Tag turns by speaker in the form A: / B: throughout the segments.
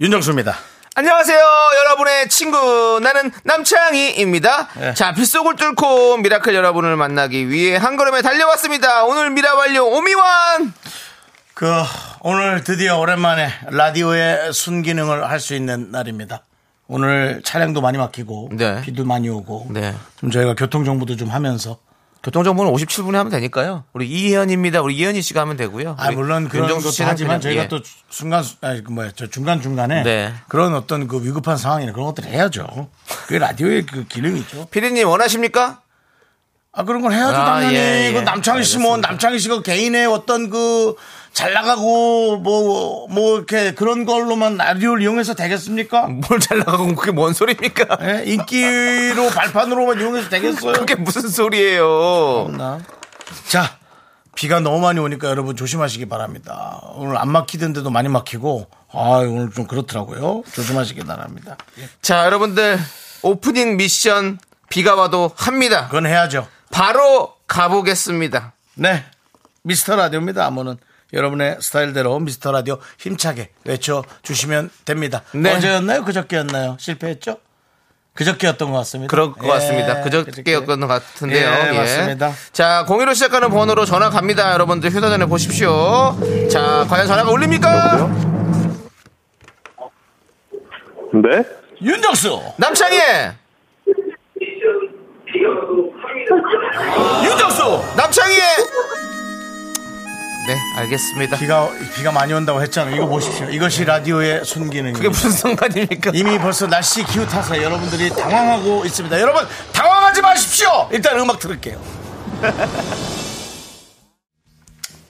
A: 윤정수입니다.
B: 안녕하세요, 여러분의 친구. 나는 남창희입니다.
A: 예.
B: 자, 빗속을 뚫고 미라클 여러분을 만나기 위해 한 걸음에 달려왔습니다. 오늘 미라완료 오미완!
A: 그 오늘 드디어 오랜만에 라디오의 순기능을 할 수 있는 날입니다. 오늘 차량도 많이 막히고
B: 네.
A: 비도 많이 오고
B: 네.
A: 좀 저희가 교통 정보도 좀 하면서
B: 교통정보는 57분에 하면 되니까요. 우리 이혜연입니다. 우리 이혜연이 씨가 하면 되고요.
A: 아
B: 우리
A: 물론 그런
B: 윤정수
A: 것도
B: 씨는
A: 하지만
B: 그냥,
A: 저희가
B: 예.
A: 또 순간 아니 그 뭐야 저 중간 중간에
B: 네.
A: 그런 어떤 그 위급한 상황이나 그런 것들 해야죠. 그게 라디오의 그 기능이죠.
B: 피디님 원하십니까?
A: 아 그런 걸 해야죠
B: 아,
A: 당연히
B: 예, 예.
A: 그 남창희 씨 뭐
B: 알겠습니다.
A: 남창희 씨가 개인의 어떤 그 잘 나가고 뭐 뭐 이렇게 그런 걸로만 라디오를 이용해서 되겠습니까?
B: 뭘 잘 나가고 그게 뭔 소리입니까?
A: 예? 인기로 발판으로만 이용해서 되겠어요?
B: 그게 무슨 소리예요?
A: 나. 자 비가 너무 많이 오니까 여러분 조심하시기 바랍니다. 오늘 안 막히던데도 많이 막히고 아 오늘 좀 그렇더라고요. 조심하시기 바랍니다.
B: 자, 여러분들 오프닝 미션 비가 와도 합니다.
A: 그건 해야죠.
B: 바로 가보겠습니다.
A: 네. 미스터 라디오입니다. 아무는 여러분의 스타일대로 미스터 라디오 힘차게 외쳐 주시면 됩니다.
B: 네.
A: 어제였나요? 그저께였나요? 실패했죠? 그저께였던 것 같습니다.
B: 그럴 것
A: 예,
B: 같습니다. 그저께였던 것 같은데요.
A: 예, 맞습니다.
B: 자, 공유로 시작하는 번호로 전화 갑니다. 여러분들 휴대전화 보십시오. 자, 과연 전화가 울립니까?
C: 네?
A: 윤정수!
B: 남창희!
A: 윤정수!
B: 남창희! 네, 알겠습니다.
A: 비가, 비가 많이 온다고 했잖아요. 이거 보십시오. 이것이 라디오의 순기능입니다.
B: 그게 무슨 상관입니까?
A: 이미 벌써 날씨 기웃타서 여러분들이 당황하고 있습니다. 여러분, 당황하지 마십시오! 일단 음악 들을게요.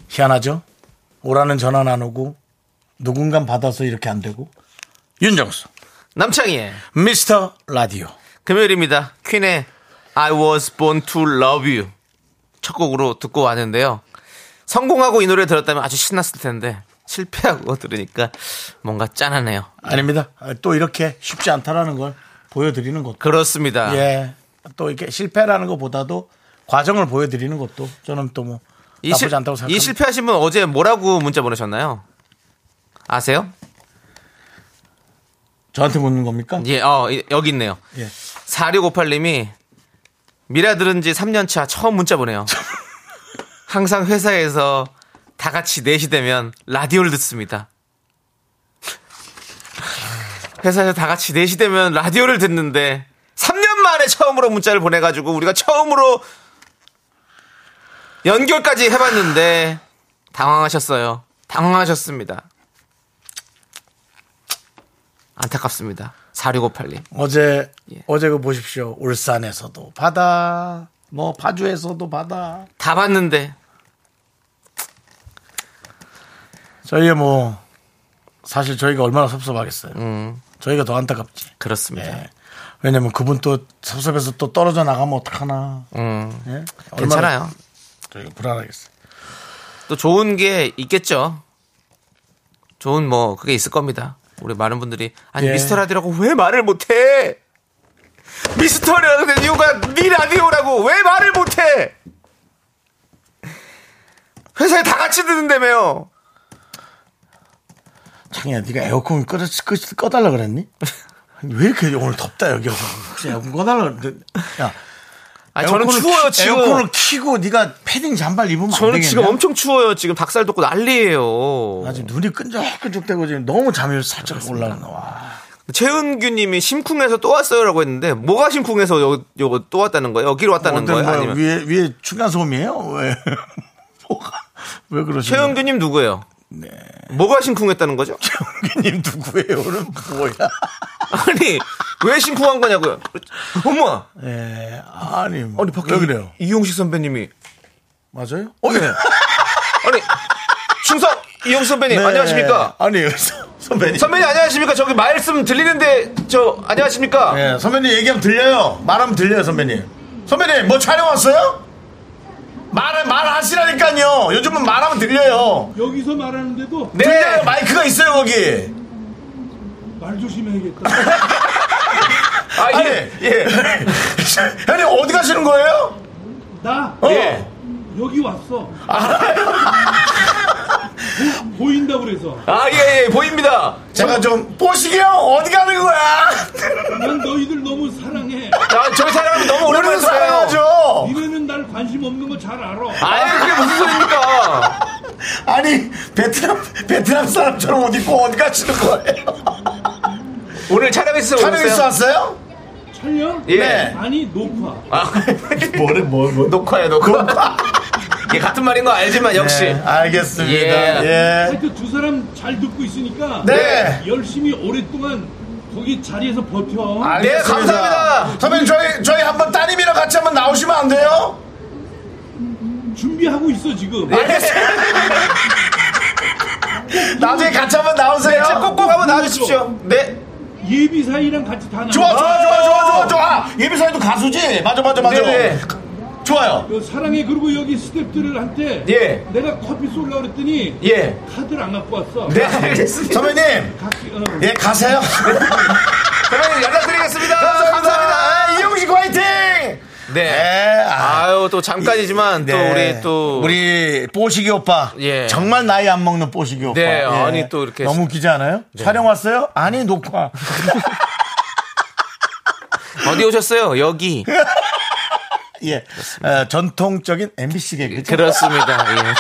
A: 희한하죠? 오라는 전화는 안 오고, 누군가 받아서 이렇게 안 되고. 윤정수,
B: 남창희!
A: 미스터 라디오.
B: 금요일입니다. 퀸의 I was born to love you. 첫 곡으로 듣고 왔는데요. 성공하고 이 노래 들었다면 아주 신났을 텐데, 실패하고 들으니까 뭔가 짠하네요.
A: 아닙니다. 아, 또 이렇게 쉽지 않다라는 걸 보여드리는 것도.
B: 그렇습니다.
A: 예. 또 이렇게 실패라는 것보다도 과정을 보여드리는 것도 저는 또 뭐,
B: 이
A: 나쁘지
B: 실-
A: 않다고 생각합니다.
B: 이 실패하신 분 어제 뭐라고 문자 보내셨나요? 아세요?
A: 저한테 묻는 겁니까?
B: 예, 어, 이- 여기 있네요.
A: 예.
B: 4658님이 미라 들은 지 3년차 처음 문자 보내요. 항상 회사에서 다 같이 4시 되면 라디오를 듣습니다. 회사에서 다 같이 4시 되면 라디오를 듣는데 3년 만에 처음으로 문자를 보내가지고 우리가 처음으로 연결까지 해봤는데 당황하셨어요. 당황하셨습니다. 안타깝습니다. 4658님.
A: 어제
B: 예.
A: 어제 그 보십시오. 울산에서도 바다, 뭐 파주에서도 바다.
B: 다 봤는데
A: 저희의 뭐 사실 저희가 얼마나 섭섭하겠어요.
B: 음.
A: 저희가 더 안타깝지.
B: 그렇습니다.
A: 예. 왜냐면 그분 또 섭섭해서 또 떨어져 나가면 어떡하나.
B: 음,
A: 예? 얼마나
B: 괜찮아요.
A: 저희가 불안하겠어요.
B: 또 좋은 게 있겠죠. 좋은 뭐 그게 있을 겁니다. 우리 많은 분들이 아니
A: 예.
B: 미스터 라디오라고 왜 말을 못해? 미스터 라디오 된 이유가 네 라디오라고 왜 말을 못해? 회사에 다 같이 듣는다며요.
A: 창이야, 네가 에어컨 꺼, 꺼, 꺼달라 그랬니? 왜 이렇게 오늘 덥다 여기 와서 혹시 에어컨 꺼달라 그랬는데 야
B: 아 저는
A: 에어컨을
B: 추워요
A: 키-
B: 지금.
A: 에어컨을 켜고 네가 패딩 잠발 입으면 안
B: 저는
A: 되겠냐?
B: 지금 엄청 추워요 지금 닭살 돋고 난리예요.
A: 나 아, 지금 눈이 끈적끈적대고 지금 너무 잠이 살짝 올라가. 와.
B: 최은규님이 심쿵해서 또 왔어요라고 했는데 뭐가 심쿵해서 요, 요거 또 왔다는 거예요? 여기로 왔다는
A: 어떤
B: 거예요?
A: 뭐야,
B: 아니면
A: 위에 위에 층간 소음이에요? 왜? 뭐가 왜 그러시죠?
B: 최은규님 누구예요?
A: 네.
B: 뭐가 심쿵했다는 거죠?
A: 님 누구예요? 오늘 뭐야?
B: 아니 왜 심쿵한 거냐고요? 어머,
A: 예, 아니 뭐.
B: 아니 밖에 네.
A: 왜 그래요?
B: 이- 이용식 선배님이
A: 맞아요?
B: 어, 예. 아니 충성 이용식 선배님
A: 네.
B: 안녕하십니까?
A: 아니 그 서- 선배님.
B: 선배님 안녕하십니까? 저기 말씀 들리는데 저 안녕하십니까?
A: 예, 선배님 얘기하면 들려요. 말하면 들려요, 선배님. 선배님, 뭐 촬영 왔어요? 말, 말하시라니까요. 요즘은 말하면 들려요.
C: 여기서 말하는데도
B: 네.
A: 들려요. 마이크가 있어요, 거기.
C: 말 조심해야겠다.
B: 아,
A: 아니,
B: 예.
A: 예. 형님, 어디 가시는 거예요?
C: 나
A: 어.
B: 예.
C: 여기 왔어. 보- 보인다 그래서
B: 아, 예, 예, 보입니다.
A: 제가 좀, 뽀시기 형, 어디 가는 거야?
C: 난 너희들 너무 사랑해.
B: 아, 저희 사람이 너무 오랜만에
A: 우리는
B: 봐요.
A: 사랑하죠.
C: 니네는 날 관심 없는 거 잘 알아.
B: 아니, 그게 무슨 소리입니까?
A: 아니, 베트남, 베트남 사람처럼 옷 입고 어디 가시는 거예요?
B: 오늘 촬영했어,
A: 촬영에서 왔어요?
C: 촬영?
B: 예.
C: 아니 높아.
A: 뭐래, 뭐, 뭐.
B: 녹화야, 녹화. 예, 같은 말인 거 알지만 역시.
A: 네, 알겠습니다.
B: 예.
A: 예.
C: 하여튼 두 사람 잘 듣고 있으니까
A: 네.
C: 열심히 오랫동안 거기 자리에서 버텨.
A: 알겠습니다.
B: 네, 감사합니다.
A: 선배님, 저희, 저희 한번 따님이랑 같이 한번 나오시면 안 돼요?
C: 준비하고 있어 지금.
A: 나중에 같이 한번 나오세요.
B: 네, 꼭꼭 한번
A: 아,
B: 나와주십시오. 네.
C: 예비사이랑 같이 다 나와.
A: 좋아, 좋아, 좋아, 좋아, 좋아, 좋아. 예비사에도 가수지? 맞아, 맞아, 맞아.
B: 어. 네네.
A: 좋아요.
C: 그 사랑해 그리고 여기 스탭들한테
B: 예.
C: 내가 커피 쏠라 그랬더니
B: 예.
C: 카드를 안 갖고 왔어.
B: 네, 알겠습니다.
A: 선배님,
C: 각기, 어.
A: 예, 가세요.
B: 선배님, 연락드리겠습니다.
A: 아, 이용식 화이팅!
B: 네.
A: 네, 아.
B: 아유, 또 잠깐이지만, 또
A: 네.
B: 우리 또.
A: 우리 뽀시기 오빠
B: 예.
A: 정말 나이 안 먹는 뽀시기 오빠 예.
B: 네, 아니, 또 이렇게- 네.
A: 너무 웃기지 않아요? 촬영 왔어요? 아니 녹화
B: 어디 오셨어요? 여기.
A: 예 어, 전통적인 MBC 개그
B: 그렇습니다. 예.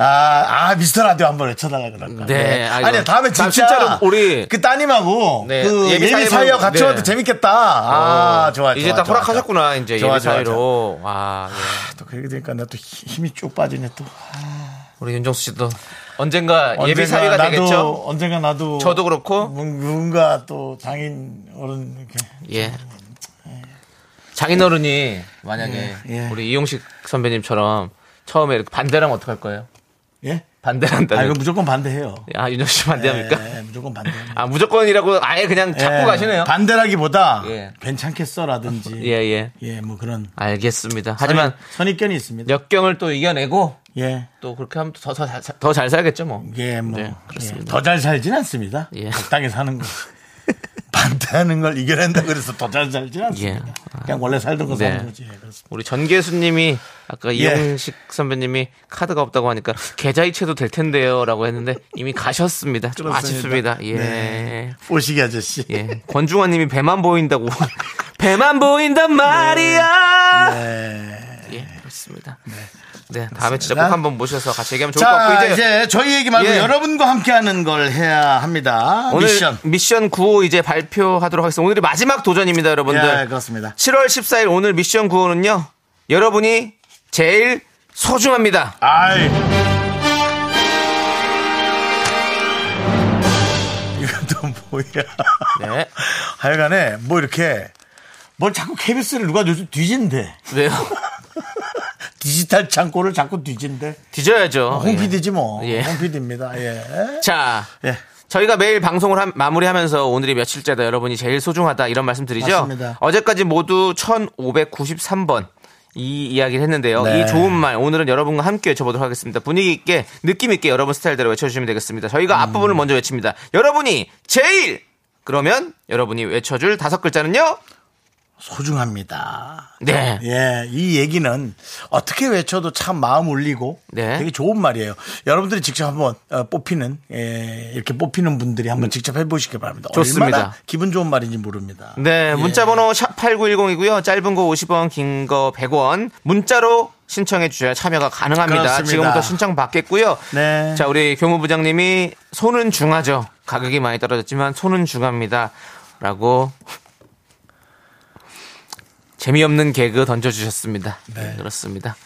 A: 아, 아 미스터 라디오 한번 외쳐달라 그럴까?
B: 네, 아이고.
A: 아니 다음에
B: 나
A: 진짜
B: 진짜로 우리-
A: 그 따님하고
B: 네,
A: 그
B: 예비
A: 예비 사이와
B: 사이로-
A: 같이
B: 네. 어,
A: 와도 재밌겠다. 아, 좋아.
B: 이제
A: 좋아,
B: 다
A: 좋아,
B: 허락하셨구나,
A: 좋아.
B: 이제
A: 좋아,
B: 예비
A: 좋아, 좋아.
B: 사이로. 와, 예.
A: 또 그렇게 되니까 나 또 힘이 쭉 빠지네 또. 아,
B: 우리 윤정수 씨도 언젠가 예비
A: 언젠가
B: 사이가
A: 나도,
B: 되겠죠?
A: 언젠가 나도
B: 저도 그렇고.
A: 뭔- 누군가 또 장인 어른 이렇게
B: 예. 장인어른이 만약에
A: 예, 예.
B: 우리 이용식 선배님처럼 처음에 이렇게 반대라면 어떡할 거예요?
A: 예?
B: 네.
A: 아 이거
B: 반대한다면.
A: 무조건 반대해요.
B: 아, 윤정수 씨 반대합니까?
A: 예, 무조건 반대.
B: 아, 무조건이라고 아예 그냥 잡고 가시네요.
A: 반대라기보다
B: 예.
A: 괜찮겠어라든지
B: 예, 예.
A: 예, 뭐 그런
B: 알겠습니다. 하지만
A: 선입, 견이 있습니다.
B: 역경을 또 이겨내고
A: 예.
B: 또 그렇게 하면 더잘 더 잘 살겠죠, 뭐.
A: 예, 뭐.
B: 네, 그렇습니다.
A: 더 잘 살진 않습니다.
B: 예.
A: 적당히 사는 거. 반대하는 걸 이겨낸다 그래서 더 잘 살진 않습니다.
B: 예.
A: 그냥 원래 살던 거
B: 네.
A: 사는 거지. 예, 그렇습니다.
B: 우리 전계수님이 아까
A: 예.
B: 이용식 선배님이 카드가 없다고 하니까 계좌이체도 될 텐데요라고 했는데 이미 가셨습니다. 좀
A: 그렇습니다.
B: 아쉽습니다. 예.
A: 네. 뽀시기 아저씨.
B: 예. 권중환님이 배만 보인다고 배만 보인단 말이야.
A: 네.
B: 예, 그렇습니다. 네. 다음에 진짜 꼭 한번 모셔서 같이 얘기하면 좋을 것
A: 자,
B: 같고
A: 이제,
B: 이제,
A: 저희 얘기 말고
B: 예.
A: 여러분과 함께하는 걸 해야 합니다.
B: 오늘
A: 미션.
B: 미션 9호 이제 발표하도록 하겠습니다. 오늘이 마지막 도전입니다, 여러분들.
A: 예, 그렇습니다.
B: 7월 14일 오늘 미션 9호는요. 여러분이 제일 소중합니다.
A: 아이. 이건 또 뭐야.
B: 네.
A: 하여간에 뭐 이렇게 뭘 자꾸 KBS를 누가 요즘 뒤진대.
B: 왜요?
A: 디지털 창고를 자꾸 뒤진대.
B: 뒤져야죠.
A: 홍
B: 예.
A: PD지 뭐.
B: 예.
A: 홍 PD입니다. 예.
B: 자,
A: 예.
B: 저희가 매일 방송을 함- 마무리하면서 오늘이 며칠째다 여러분이 제일 소중하다 이런 말씀 드리죠.
A: 맞습니다.
B: 어제까지 모두 1593번 이 이야기를 했는데요.
A: 네.
B: 이 좋은 말 오늘은 여러분과 함께 외쳐보도록 하겠습니다. 분위기 있게 느낌 있게 여러분 스타일대로 외쳐주시면 되겠습니다. 저희가
A: 음.
B: 앞부분을 먼저 외칩니다. 여러분이 제일 그러면 여러분이 외쳐줄 다섯 글자는요.
A: 소중합니다.
B: 네.
A: 예, 이 얘기는 어떻게 외쳐도 참 마음 울리고
B: 네.
A: 되게 좋은 말이에요. 여러분들이 직접 한번 어, 뽑히는 예, 이렇게 뽑히는 분들이 한번 직접 해보시기 바랍니다.
B: 좋습니다.
A: 얼마나 기분 좋은 말인지 모릅니다. 예.
B: 네, 문자 번호 샵 8910이고요. 짧은 거 50원, 긴 거 100원. 문자로 신청해 주셔야 참여가 가능합니다.
A: 그렇습니다.
B: 지금부터 신청 받겠고요.
A: 네.
B: 자, 우리 교무부장님이 손은 중하죠. 가격이 많이 떨어졌지만 손은 중합니다. 라고 재미없는 개그 던져주셨습니다. 네, 그렇습니다.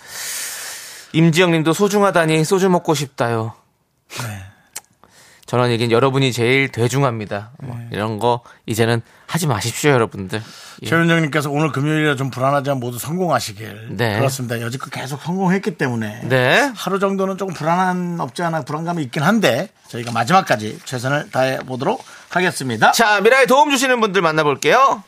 B: 임지영 님도 소중하다니 소주 먹고 싶다요. 저는 얘기는 여러분이 제일 대중합니다. 뭐 이런 거 이제는 하지 마십시오, 여러분들. 예.
A: 최윤정님께서 오늘 금요일이라 좀 불안하지만 모두 성공하시길.
B: 네.
A: 그렇습니다. 여지껏 계속 성공했기 때문에.
B: 네.
A: 하루 정도는 조금 불안한, 없지 않아 불안감이 있긴 한데, 저희가 마지막까지 최선을 다해 보도록 하겠습니다.
B: 자, 미라에 도움 주시는 분들 만나볼게요.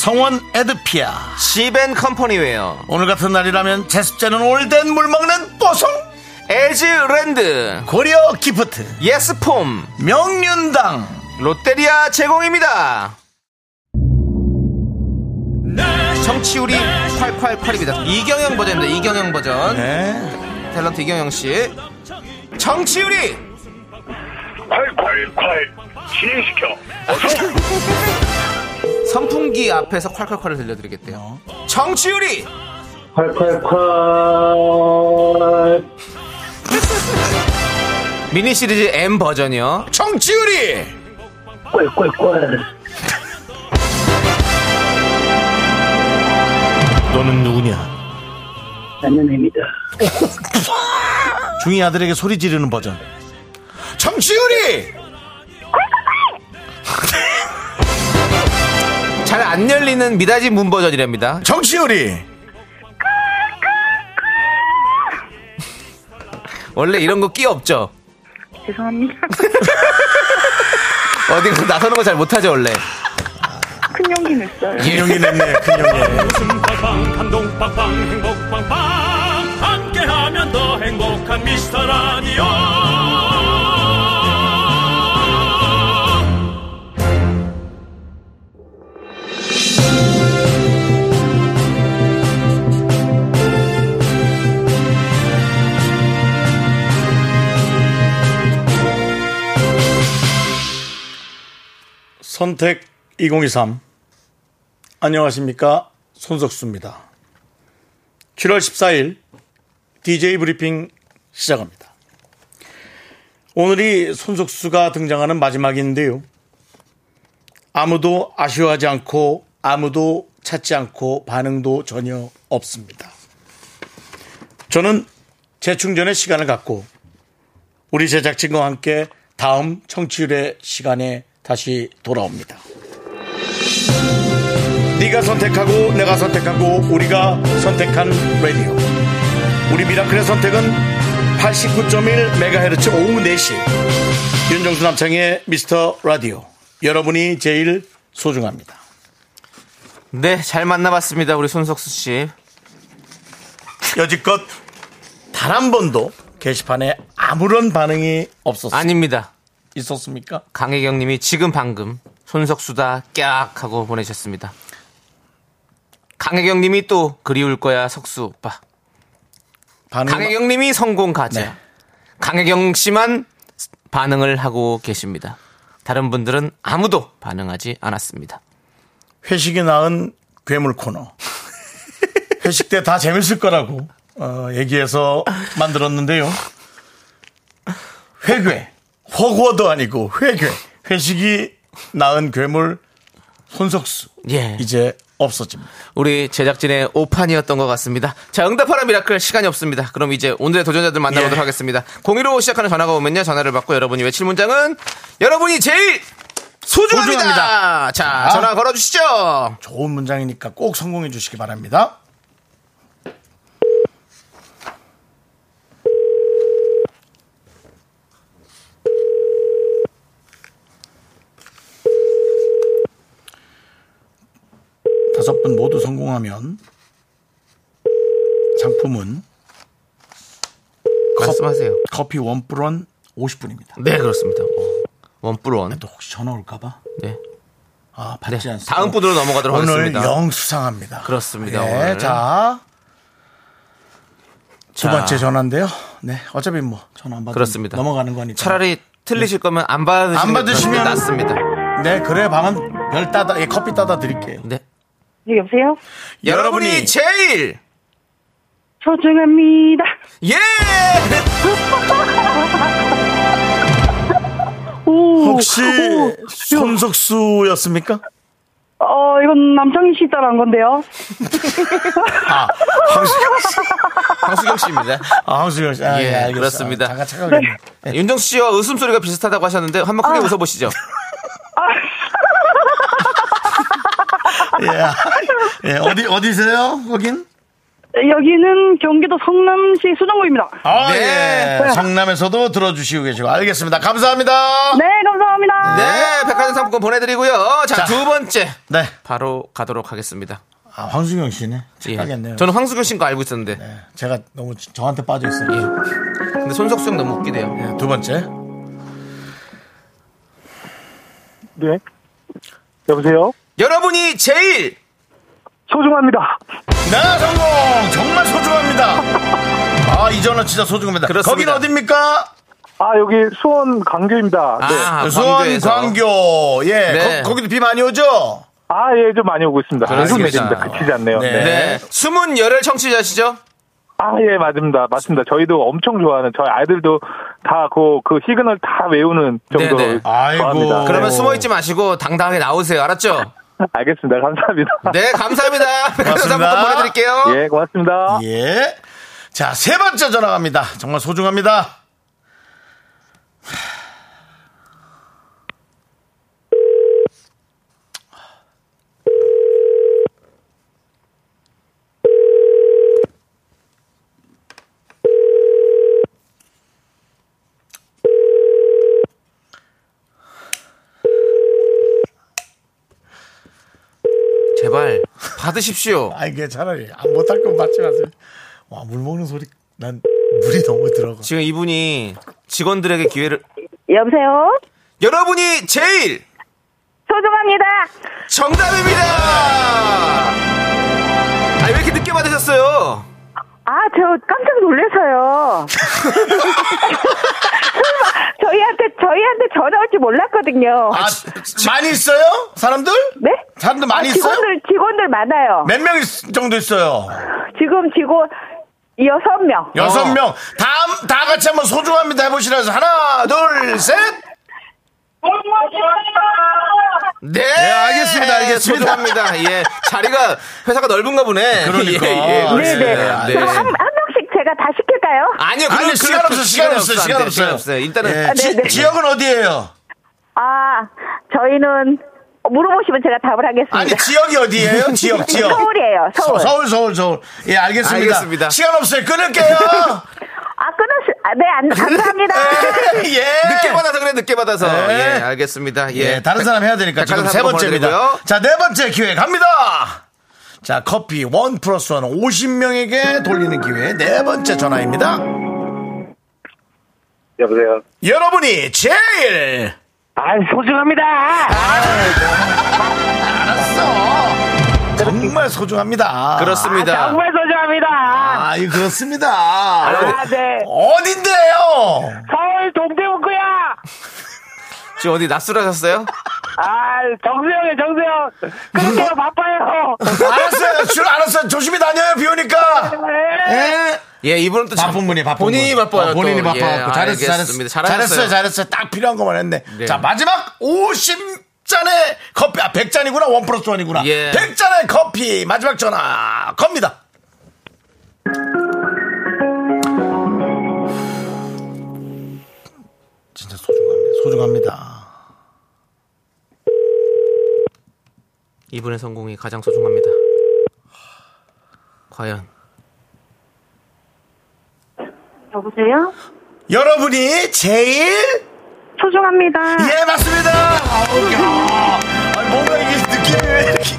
A: 성원 에드피아.
B: 시벤 컴퍼니웨어,
A: 오늘 같은 날이라면 제습제는 올덴 물 먹는 뽀송!
B: 에즈랜드,
A: 고려 기프트.
B: 예스폼,
A: 명륜당.
B: 롯데리아 제공입니다. 정치율이 8888입니다. 이경영 버전입니다. 이경영 버전.
A: 네.
B: 탤런트 이경영 씨. 정치율이
D: 콸콸콸 진행시켜 어서
B: 선풍기 앞에서 콸콸콸을 들려드리겠대요. 정치율이
D: 콸콸콸
B: 미니 시리즈 M 버전이요.
A: 정치율이!
D: 콸콸콸
A: 너는 누구냐?
D: 안녕입니다
A: 중이 아들에게 소리 지르는 버전. 정치율이!
B: 잘 안 열리는 미닫이 문 버전이랍니다.
A: 정치율이!
B: 원래 이런 거 끼 없죠.
E: 죄송합니다.
B: 어디 가서 나서는 거 잘 못하죠 원래.
E: 큰 용기 냈어요.
A: 용이 냈네, 큰 용이.
F: 웃음 빵빵 감동 빵빵 행복 빵빵 함께하면 더 행복한 미스터 라디오
A: 선택 2023. 안녕하십니까. 손석수입니다. 7월 14일 DJ 브리핑 시작합니다. 오늘이 손석수가 등장하는 마지막인데요. 아무도 아쉬워하지 않고 아무도 찾지 않고 반응도 전혀 없습니다. 저는 재충전의 시간을 갖고 우리 제작진과 함께 다음 청취율의 시간에 다시 돌아옵니다. 네가 선택하고 내가 선택하고 우리가 선택한 라디오. 우리 미라클의 선택은 89.1MHz 오후 4시 윤정수 남창의 미스터 라디오. 여러분이 제일 소중합니다.
B: 네, 잘 만나봤습니다 우리 손석수 씨.
A: 여지껏 단 한 번도 게시판에 아무런 반응이 없었
B: 아닙니다.
A: 있었습니까?
B: 강혜경님이 지금 방금 손석수다 깍 하고 보내셨습니다. 강혜경님이 또 그리울 거야 석수 오빠.
A: 반응
B: 강혜경님이 성공 가자.
A: 네.
B: 강혜경 씨만 반응을 하고 계십니다. 다른 분들은 아무도 반응하지 않았습니다.
A: 회식이 낳은 괴물 코너. 회식 때 다 재밌을 거라고 어, 얘기해서 만들었는데요. 회괴, 허구어도 아니고 회괴. 회식이 낳은 괴물 손석수
B: 예.
A: 이제 없어집니다.
B: 우리 제작진의 오판이었던 것 같습니다. 자, 응답하라 미라클 시간이 없습니다. 그럼 이제 오늘의 도전자들 만나보도록
A: 예.
B: 하겠습니다. 01로 시작하는 전화가 오면요. 전화를 받고 여러분이 외칠 문장은 여러분이 제일 소중합니다.
A: 소중합니다.
B: 자, 전화 걸어주시죠.
A: 좋은 문장이니까 꼭 성공해 주시기 바랍니다. 다섯 분 모두 성공하면 상품은
B: 말씀하세요.
A: 커피 원뿔원 50분입니다.
B: 네, 그렇습니다. 원뿔원.
A: 또 혹시 전화 올까봐?
B: 네.
A: 아, 받지
B: 네.
A: 않습니다.
B: 다음 분으로 넘어가도록
A: 오늘
B: 하겠습니다.
A: 영 수상합니다.
B: 그렇습니다,
A: 예,
B: 오늘.
A: 자, 두
B: 자,
A: 번째 전화인데요. 네, 어차피 뭐 전화 안 받으면
B: 그렇습니다.
A: 넘어가는 거니까. 네.
B: 차라리 틀리실 거면 안 받으시면
A: 안 받으시면-
B: 낫습니다.
A: 네, 그래 방은 별 따다, 예, 커피 따다 드릴게요.
B: 네.
E: 네, 여보세요?
B: 여러분이 제일
E: 소중합니다.
B: 예!
E: 오,
A: 혹시
E: 오,
A: 손석수였습니까?
E: 어, 이건 남창희 씨 따라 한 건데요.
A: 아, 황-
B: 황수경 씨입니다.
A: 아, 황수경 씨. 아,
B: 예,
A: 예, 알겠어.
B: 그렇습니다.
A: 아, 잠깐 착각했네.
B: 윤정수 씨와 웃음소리가 비슷하다고 하셨는데 한번 크게 웃어보시죠.
A: 예. 예, 어디, 어디세요? 거긴?
E: 여기는 경기도 성남시 수정구입니다.
A: 아,
B: 네.
A: 예. 성남에서도 들어주시고 계시고. 알겠습니다. 감사합니다.
E: 네, 감사합니다.
B: 네, 백화점 상품권 보내드리고요. 자,
A: 자.
B: 두 번째.
A: 네.
B: 바로 가도록 하겠습니다.
A: 아, 황수경 씨네.
B: 예.
A: 착각했네요.
B: 저는 황수경 씨인 거 알고 있었는데.
A: 예, 제가 너무 지- 저한테 빠져있어요.
B: 근데 손석수 형 너무 웃기대요.
A: 예, 두 번째.
D: 네. 여보세요?
B: 여러분이 제일
D: 소중합니다.
A: 나 네, 성공! 정말 소중합니다. 아, 이 전화 진짜 소중합니다.
B: 그렇습니다.
A: 거긴 어딥니까?
D: 아, 여기 수원 강주입니다. 네.
B: 아,
A: 수원
B: 광주에서.
A: 광교. 예.
B: 네.
A: 거, 거기도 비 많이 오죠?
D: 아, 예, 좀 많이 오고 있습니다. 계속
B: 알겠습니다.
D: 내립니다. 그치지 않네요.
A: 네.
D: 네.
B: 네. 숨은 열혈 청취자시죠?
D: 아, 예, 맞습니다. 맞습니다. 저희도 엄청 좋아하는, 저희 아이들도 다 그, 그 시그널 다 외우는 정도로
B: 네, 네.
A: 아이고.
D: 좋아합니다.
B: 그러면
A: 오.
B: 숨어있지 마시고 당당하게 나오세요. 알았죠?
D: 알겠습니다. 감사합니다.
B: 네, 감사합니다. 백화점
A: 고맙습니다.
B: 상품권 보내드릴게요.
D: 예, 고맙습니다.
A: 예. 자, 세 번째 전화 갑니다. 정말 소중합니다.
B: 제발 받으십시오.
A: 아, 이게 차라리 안 못할 건 받지 마세요. 와, 물 먹는 소리. 난 물이 너무 들어가.
B: 지금 이분이 직원들에게 기회를
E: 여보세요?
B: 여러분이 제일
E: 소중합니다.
B: 정답입니다. 아, 왜 이렇게 늦게 받으셨어요?
E: 아, 저 깜짝 놀라서요. 설마 저희한테, 저희한테 전화 올 줄 몰랐거든요.
A: 아, 많이 있어요? 사람들?
E: 네?
A: 사람들 많이
E: 아,
A: 있어요? 네.
E: 직원들, 직원들 많아요.
A: 몇 명 정도 있어요?
E: 지금 직원 여섯 명.
A: 여섯 명. 다, 다 같이 한번 소중합니다 해보시라 해서 하나, 둘, 셋!
B: 네,
A: 알겠습니다, 알겠습니다.
B: 소중합니다. 예, 자리가 회사가 넓은가 보네.
A: 그러니까.
B: 예, 예,
E: 네네.
A: 네,
E: 그럼 한, 한 명씩 제가 다 시킬까요?
B: 아니요, 그럼
A: 아니, 시간 없어, 시간 없어,
B: 안
A: 시간
B: 돼요, 시간
A: 없어요.
B: 없어요. 일단은
A: 예,
E: 네,
A: 지-
E: 네.
A: 지역은 어디예요
E: 아, 저희는 물어보시면 제가 답을 하겠습니다.
A: 아니, 지역이 어디예요 지역, 지역.
E: 네. 서울이에요, 서울.
A: 서, 울 서울, 서울. 예, 알겠습니다.
B: 알겠습니다.
A: 시간 없어요. 끊을게요.
E: 아, 끊었어. 아, 네, 안, 감사합니다.
A: 예.
B: 늦게 받아서 그래, 늦게 받아서.
A: 네.
B: 예, 알겠습니다. 예,
A: 예, 다른 사람 해야 되니까 지금
B: 백화점
A: 세
B: 상품
A: 번째입니다.
B: 보내드리고요.
A: 자, 네 번째 기회 갑니다. 자, 커피 원 플러스 원 50명에게 돌리는 기회 네 번째 전화입니다.
D: 여보세요?
A: 여러분이 제일
D: 아, 소중합니다!
A: 알았어. 정말 아, 소중합니다.
B: 그렇습니다.
D: 정말 소중합니다!
A: 아, 이 그렇습니다.
D: 아, 네.
A: 어딘데요?
D: 서울 동대문구야!
B: 지금 어디 낯설어졌어요?
D: 아, 정수영이 정수영! 그렇게 바빠요!
A: 알았어요. 줄 알았어요. 조심히 다녀요. 비 오니까.
D: 네.
G: 네?
A: 예.
B: 예, 이분은 또
A: 바쁜 분이 바쁜
B: 본인이
A: 분.
B: 바빠요.
A: 어, 본인이
B: 또.
A: 바빠갖고 잘했어,
B: 예,
A: 잘했어.
B: 알겠습니다. 잘하셨어요.
A: 잘했어요, 잘했어요. 딱 필요한 것만 했네.
B: 네.
A: 자, 마지막 50잔의 커피. 아, 100잔이구나. 원 플러스 원이구나
B: 예.
A: 100잔의 커피. 마지막 전화. 겁니다. 진짜 소중합니다. 소중합니다.
B: 이분의 성공이 가장 소중합니다. 과연
E: 여보세요?
A: 여러분이 제일
E: 소중합니다.
A: 예 맞습니다. 아우 야. 아니 뭔가 이게 느낌이 왜 이렇게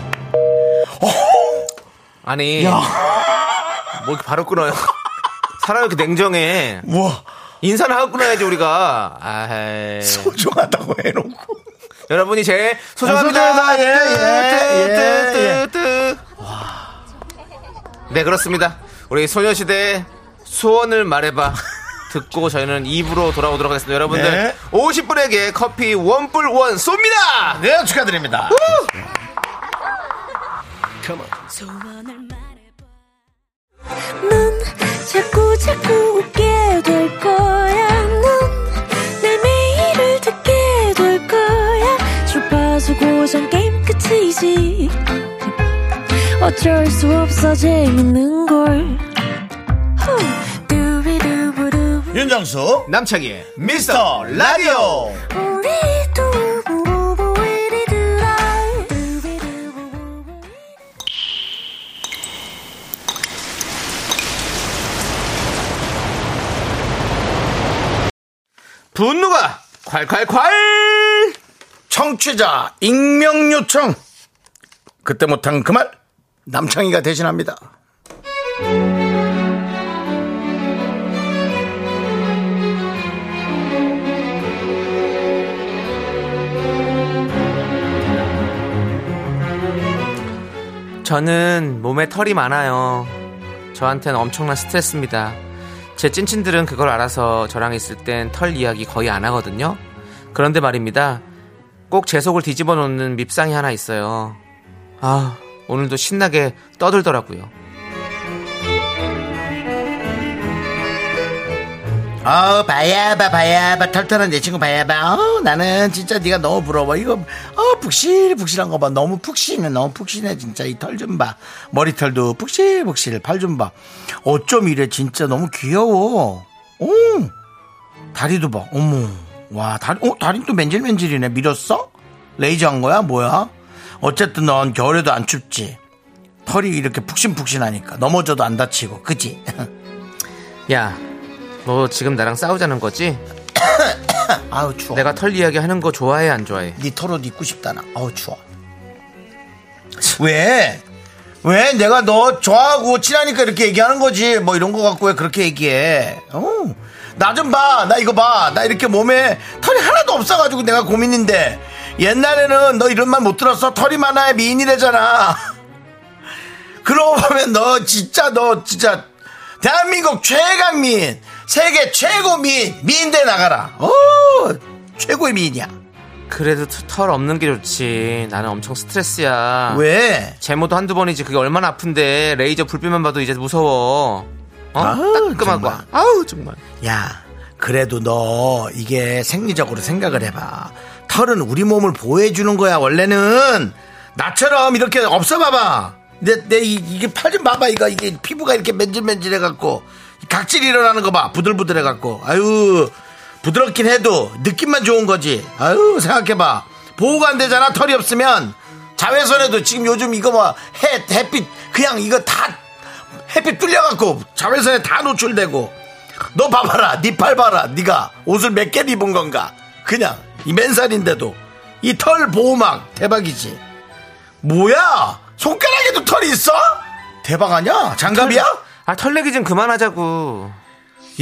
B: 아니 뭐 이렇게 바로 끊어요? 사람이 이렇게 냉정해.
A: 우와
B: 인사를 하고 끊어야지 우리가. 아이.
A: 소중하다고 해놓고
B: 여러분이 제일 소중합니다.
A: 소중하다. 예, 예,
B: 뜨, 뜨,
A: 예,
B: 뜨, 뜨. 네 그렇습니다. 우리 소녀시대 소원을 말해봐. 듣고 저희는 입으로 돌아오도록 하겠습니다. 여러분들
A: 네.
B: 50분에게 커피 원뿔 원 쏩니다.
A: 네 축하드립니다.
H: 넌 자꾸 자꾸 웃게 될 거야. 넌내 매일을 듣게 될 거야. 주파수 고정 게임 끝이지. 어쩔 수 없어 재밌는 걸. 후.
I: 윤정수
B: 남창희의
I: 미스터 라디오
B: 분노가 콸콸콸
A: 청취자 익명 요청. 그때 못한 그 말 남창희가 대신합니다.
B: 저는 몸에 털이 많아요. 저한테는 엄청난 스트레스입니다. 제 찐친들은 그걸 알아서 저랑 있을 땐 털 이야기 거의 안 하거든요. 그런데 말입니다. 꼭 제 속을 뒤집어 놓는 밉상이 하나 있어요. 아, 오늘도 신나게 떠들더라고요.
A: 어 바야바 바야바 털털한 내 친구 바야바 어 나는 진짜 네가 너무 부러워 이거 어 북실북실한 거 봐 너무 푹신해 너무 푹신해 진짜 이 털 좀봐 머리털도 북실북실 팔 좀봐 어쩜 이래 진짜 너무 귀여워 오 다리도 봐 어머 와 다리 어 다리 또 맨질맨질이네 밀었어 레이저 한 거야 뭐야 어쨌든 넌 겨울에도 안 춥지 털이 이렇게 푹신푹신하니까 넘어져도 안 다치고 그지
B: 야, 너 지금 나랑 싸우자는 거지?
A: 아우 추워
B: 내가 털 이야기 하는 거 좋아해, 안 좋아해?
A: 네 털옷 입고 싶다 나. 어우 추워. 왜? 왜 내가 너 좋아하고 친하니까 이렇게 얘기하는 거지. 뭐 이런 거 갖고 왜 그렇게 얘기해? 어. 나 좀 봐. 나 이거 봐. 나 이렇게 몸에 털이 하나도 없어가지고 내가 고민인데. 옛날에는 너 이런 말 못 들었어. 털이 많아야 미인이래잖아. 그러고 보면 너 진짜 너 진짜 대한민국 최강 미인. 세계 최고 미인. 미인대 나가라. 어. 최고의 미인이야.
B: 그래도 털 없는 게 좋지. 나는 엄청 스트레스야.
A: 왜?
B: 제모도 한두 번이지 그게 얼마나 아픈데 레이저 불빛만 봐도 이제 무서워. 어?
A: 아우,
B: 따끔하고.
A: 정말.
B: 아우 정말.
A: 야, 그래도 너 이게 생리적으로 생각을 해봐. 털은 우리 몸을 보호해주는 거야, 원래는. 나처럼 이렇게 없어봐봐. 내, 내, 이, 이게 팔 좀 봐봐, 이거. 이게 피부가 이렇게 맨질맨질해갖고. 각질 일어나는 거 봐. 부들부들해갖고. 아유, 부드럽긴 해도 느낌만 좋은 거지. 아유, 생각해봐. 보호가 안 되잖아, 털이 없으면. 자외선에도 지금 요즘 이거 뭐, 해, 햇빛, 그냥 이거 다 햇빛 뚫려갖고 자외선에 다 노출되고 너 봐봐라 네 팔 봐라 네가 옷을 몇 개 입은 건가 그냥 이 맨살인데도 이 털 보호막 대박이지 뭐야 손가락에도 털이 있어? 대박 아니야? 장갑이야?
B: 아 털내기 좀 그만하자고.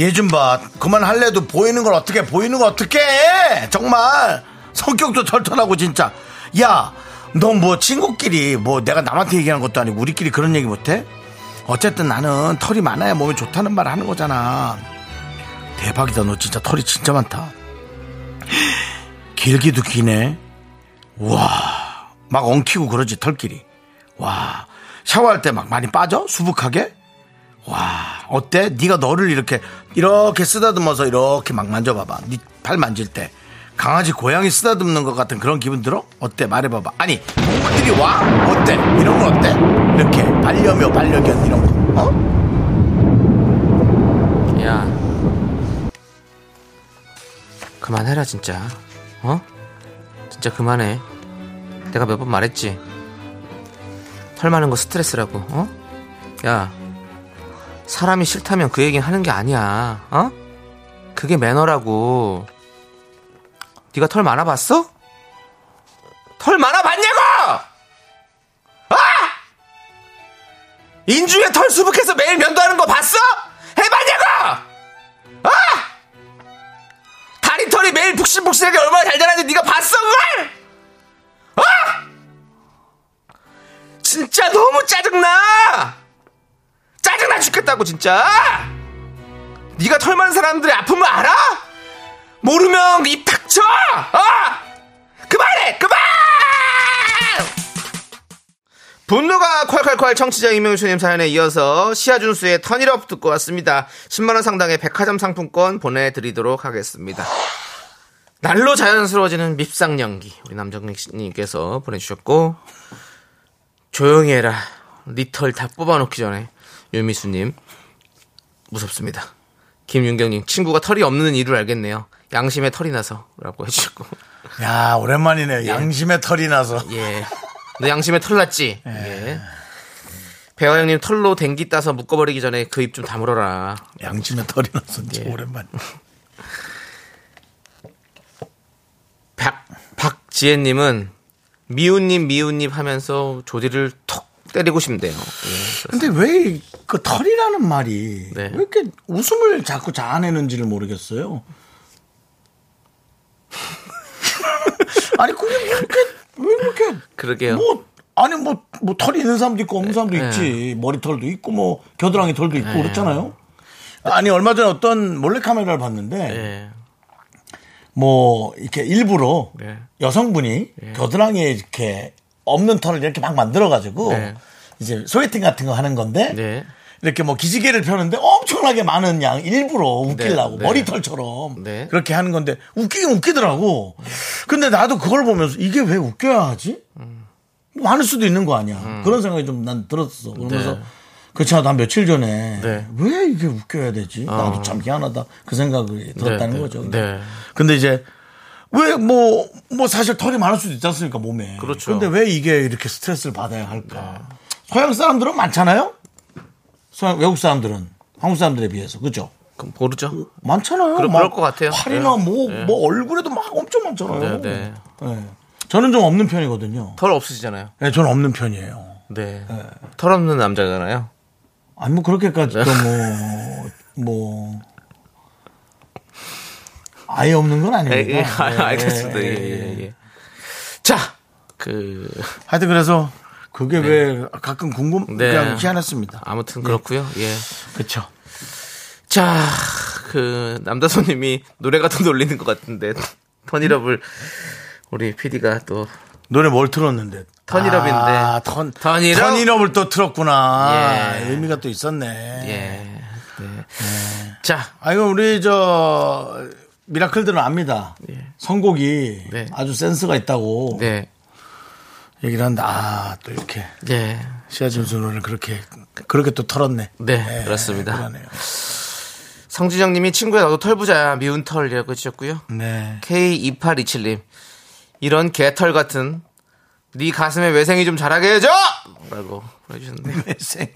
A: 얘 좀 봐 그만할래도 보이는 걸 어떻게 보이는 걸 어떻게 해 정말 성격도 털털하고 진짜 야 너 뭐 친구끼리 뭐 내가 남한테 얘기한 것도 아니고 우리끼리 그런 얘기 못해? 어쨌든 나는 털이 많아야 몸에 좋다는 말 하는 거잖아. 대박이다. 너 진짜 털이 진짜 많다. 길기도 기네. 와. 막 엉키고 그러지, 털끼리. 와. 샤워할 때 막 많이 빠져? 수북하게? 와. 어때? 네가 너를 이렇게 이렇게 쓰다듬어서 이렇게 막 만져 봐 봐. 네 팔 만질 때 강아지 고양이 쓰다듬는 것 같은 그런 기분 들어? 어때? 말해 봐 봐. 아니, 동물들이 와. 어때? 이런 거 어때? 이렇게 반려묘, 반려견 이런 거. 어?
B: 야. 그만해라 진짜. 어? 진짜 그만해. 내가 몇 번 말했지. 털 많은 거 스트레스라고. 어? 야. 사람이 싫다면 그 얘기는 하는 게 아니야. 어? 그게 매너라고. 네가 털 많아 봤어? 털 많아 봤냐고! 아! 인중에 털 수북해서 매일 면도하는 거 봤어? 해봤냐고! 아! 다리 털이 매일 북실북실하게 얼마나 잘 자라는지 네가 봤어 그걸? 아! 어? 진짜 너무 짜증나! 짜증나 죽겠다고 진짜! 네가 털 많은 사람들의 아픔을 알아? 모르면 입 닥쳐! 아! 그만해! 그만! 분노가 콸콸콸 청취자 이명수님 사연에 이어서 시아준수의 턴일업 듣고 왔습니다. 10만원 상당의 백화점 상품권 보내드리도록 하겠습니다. 날로 자연스러워지는 밉상 연기 우리 남정님께서 보내주셨고 조용히 해라 니털 다 뽑아놓기 전에 유미수님 무섭습니다. 김윤경님 친구가 털이 없는 이유를 알겠네요. 양심에 털이 나서라고 해주셨고
A: 야, 오랜만이네. 양심의 털이 나서.
B: 예. 너 양심에 털 났지? 예. 배화 형님 털로 댕기 따서 묶어버리기 전에 그 입 좀 다물어라.
A: 양심의 털이 나서 진짜
B: 예.
A: 오랜만.
B: 박 박지혜님은 미운님 미운님 하면서 조디를 톡 때리고 싶네요. 예.
A: 근데 왜 그 털이라는 말이
B: 네.
A: 왜 이렇게 웃음을 자꾸 자아내는지를 모르겠어요. 아니 그게 왜 이렇게 왜 이렇게
B: 그러게요.
A: 뭐 아니 뭐 뭐 털이 있는 사람도 있고 없는 사람도
B: 예.
A: 있지 머리털도 있고 뭐 겨드랑이 털도 있고
B: 네.
A: 그렇잖아요. 아니 얼마 전에 어떤 몰래 카메라를 봤는데
B: 예.
A: 뭐 이렇게 일부러
B: 네.
A: 여성분이 겨드랑이에 이렇게 없는 털을 이렇게 막 만들어 가지고
B: 네.
A: 이제 소개팅 같은 거 하는 건데
B: 네.
A: 이렇게 뭐 기지개를 펴는데 엄청나게 많은 양 일부러 웃기려고
B: 네, 네.
A: 머리털처럼
B: 네.
A: 그렇게 하는 건데 웃기긴 웃기더라고. 근데 나도 그걸 보면서 이게 왜 웃겨야 하지? 뭐 많을 수도 있는 거 아니야. 그런 생각이 좀 난 들었어. 그러면서
B: 음. 네.
A: 그렇지 않아 난 며칠 전에
B: 네. 어.
A: 왜 이게 웃겨야 되지? 나도 참 희한하다 그 생각이 들었다는
B: 네,
A: 거죠.
B: 네.
A: 근데 이제 왜 뭐 뭐 사실 털이 많을 수도 있지 않습니까 몸에.
B: 그렇죠. 네.
A: 근데 왜 이게 이렇게 스트레스를 받아야 할까? 서양 사람들은 많잖아요. 서양 외국 사람들은 한국 사람들에 비해서 그죠?
B: 그럼 모르죠.
A: 뭐? 많잖아요.
B: 그럴-
A: 막
B: 그럴 것 같아요.
A: 팔이나
B: 네.
A: 뭐 뭐 얼굴에도 막 엄청 많잖아요.
B: 네,
A: 네. 저는 좀 없는 편이거든요.
B: 털 없으시잖아요.
A: 네, 저는 없는 편이에요.
B: 네. 털 없는 남자잖아요.
A: 아니 뭐 그렇게까지
B: 네.
A: 또뭐뭐 아예 없는 건 아닙니다.
B: 예, 예, 아,
A: 네,
B: 알겠습니다.
A: 네,
B: 예,
A: 네.
B: 예, 예. 자, 그
A: 하여튼 그래서 그게 왜 가끔 궁금
B: 네.
A: 그냥 희한했습니다.
B: 아무튼 그렇고요. 예.
A: 그렇죠.
B: 자, 그 남다소님이 노래가 더 놀리는 것 같은데 턴이럽을 우리 PD가 또
A: 노래 뭘 틀었는데?
B: 턴이럽인데.
A: 아, 턴
B: 턴이럽?
A: 턴이럽을 또 틀었구나.
B: 예.
A: 의미가 또 있었네.
B: 예. 네. 자,
A: 아이고 우리 저 미라클들은 압니다.
B: 예.
A: 선곡이
B: 네.
A: 아주 센스가 있다고
B: 네.
A: 얘기를 한다. 아, 또 이렇게
B: 예.
A: 시아진수 노래를 그렇게 그렇게 또 털었네. 예,
B: 네, 그렇습니다.
A: 그러네요.
B: 성진영 님이 친구야 나도 털부자야. 미운 털이라고 해주셨고요.
A: 네.
B: K2827님. 이런 개털 같은 네 가슴에 외생이 좀 자라게 해줘! 라고 보내주셨네요.
A: 생.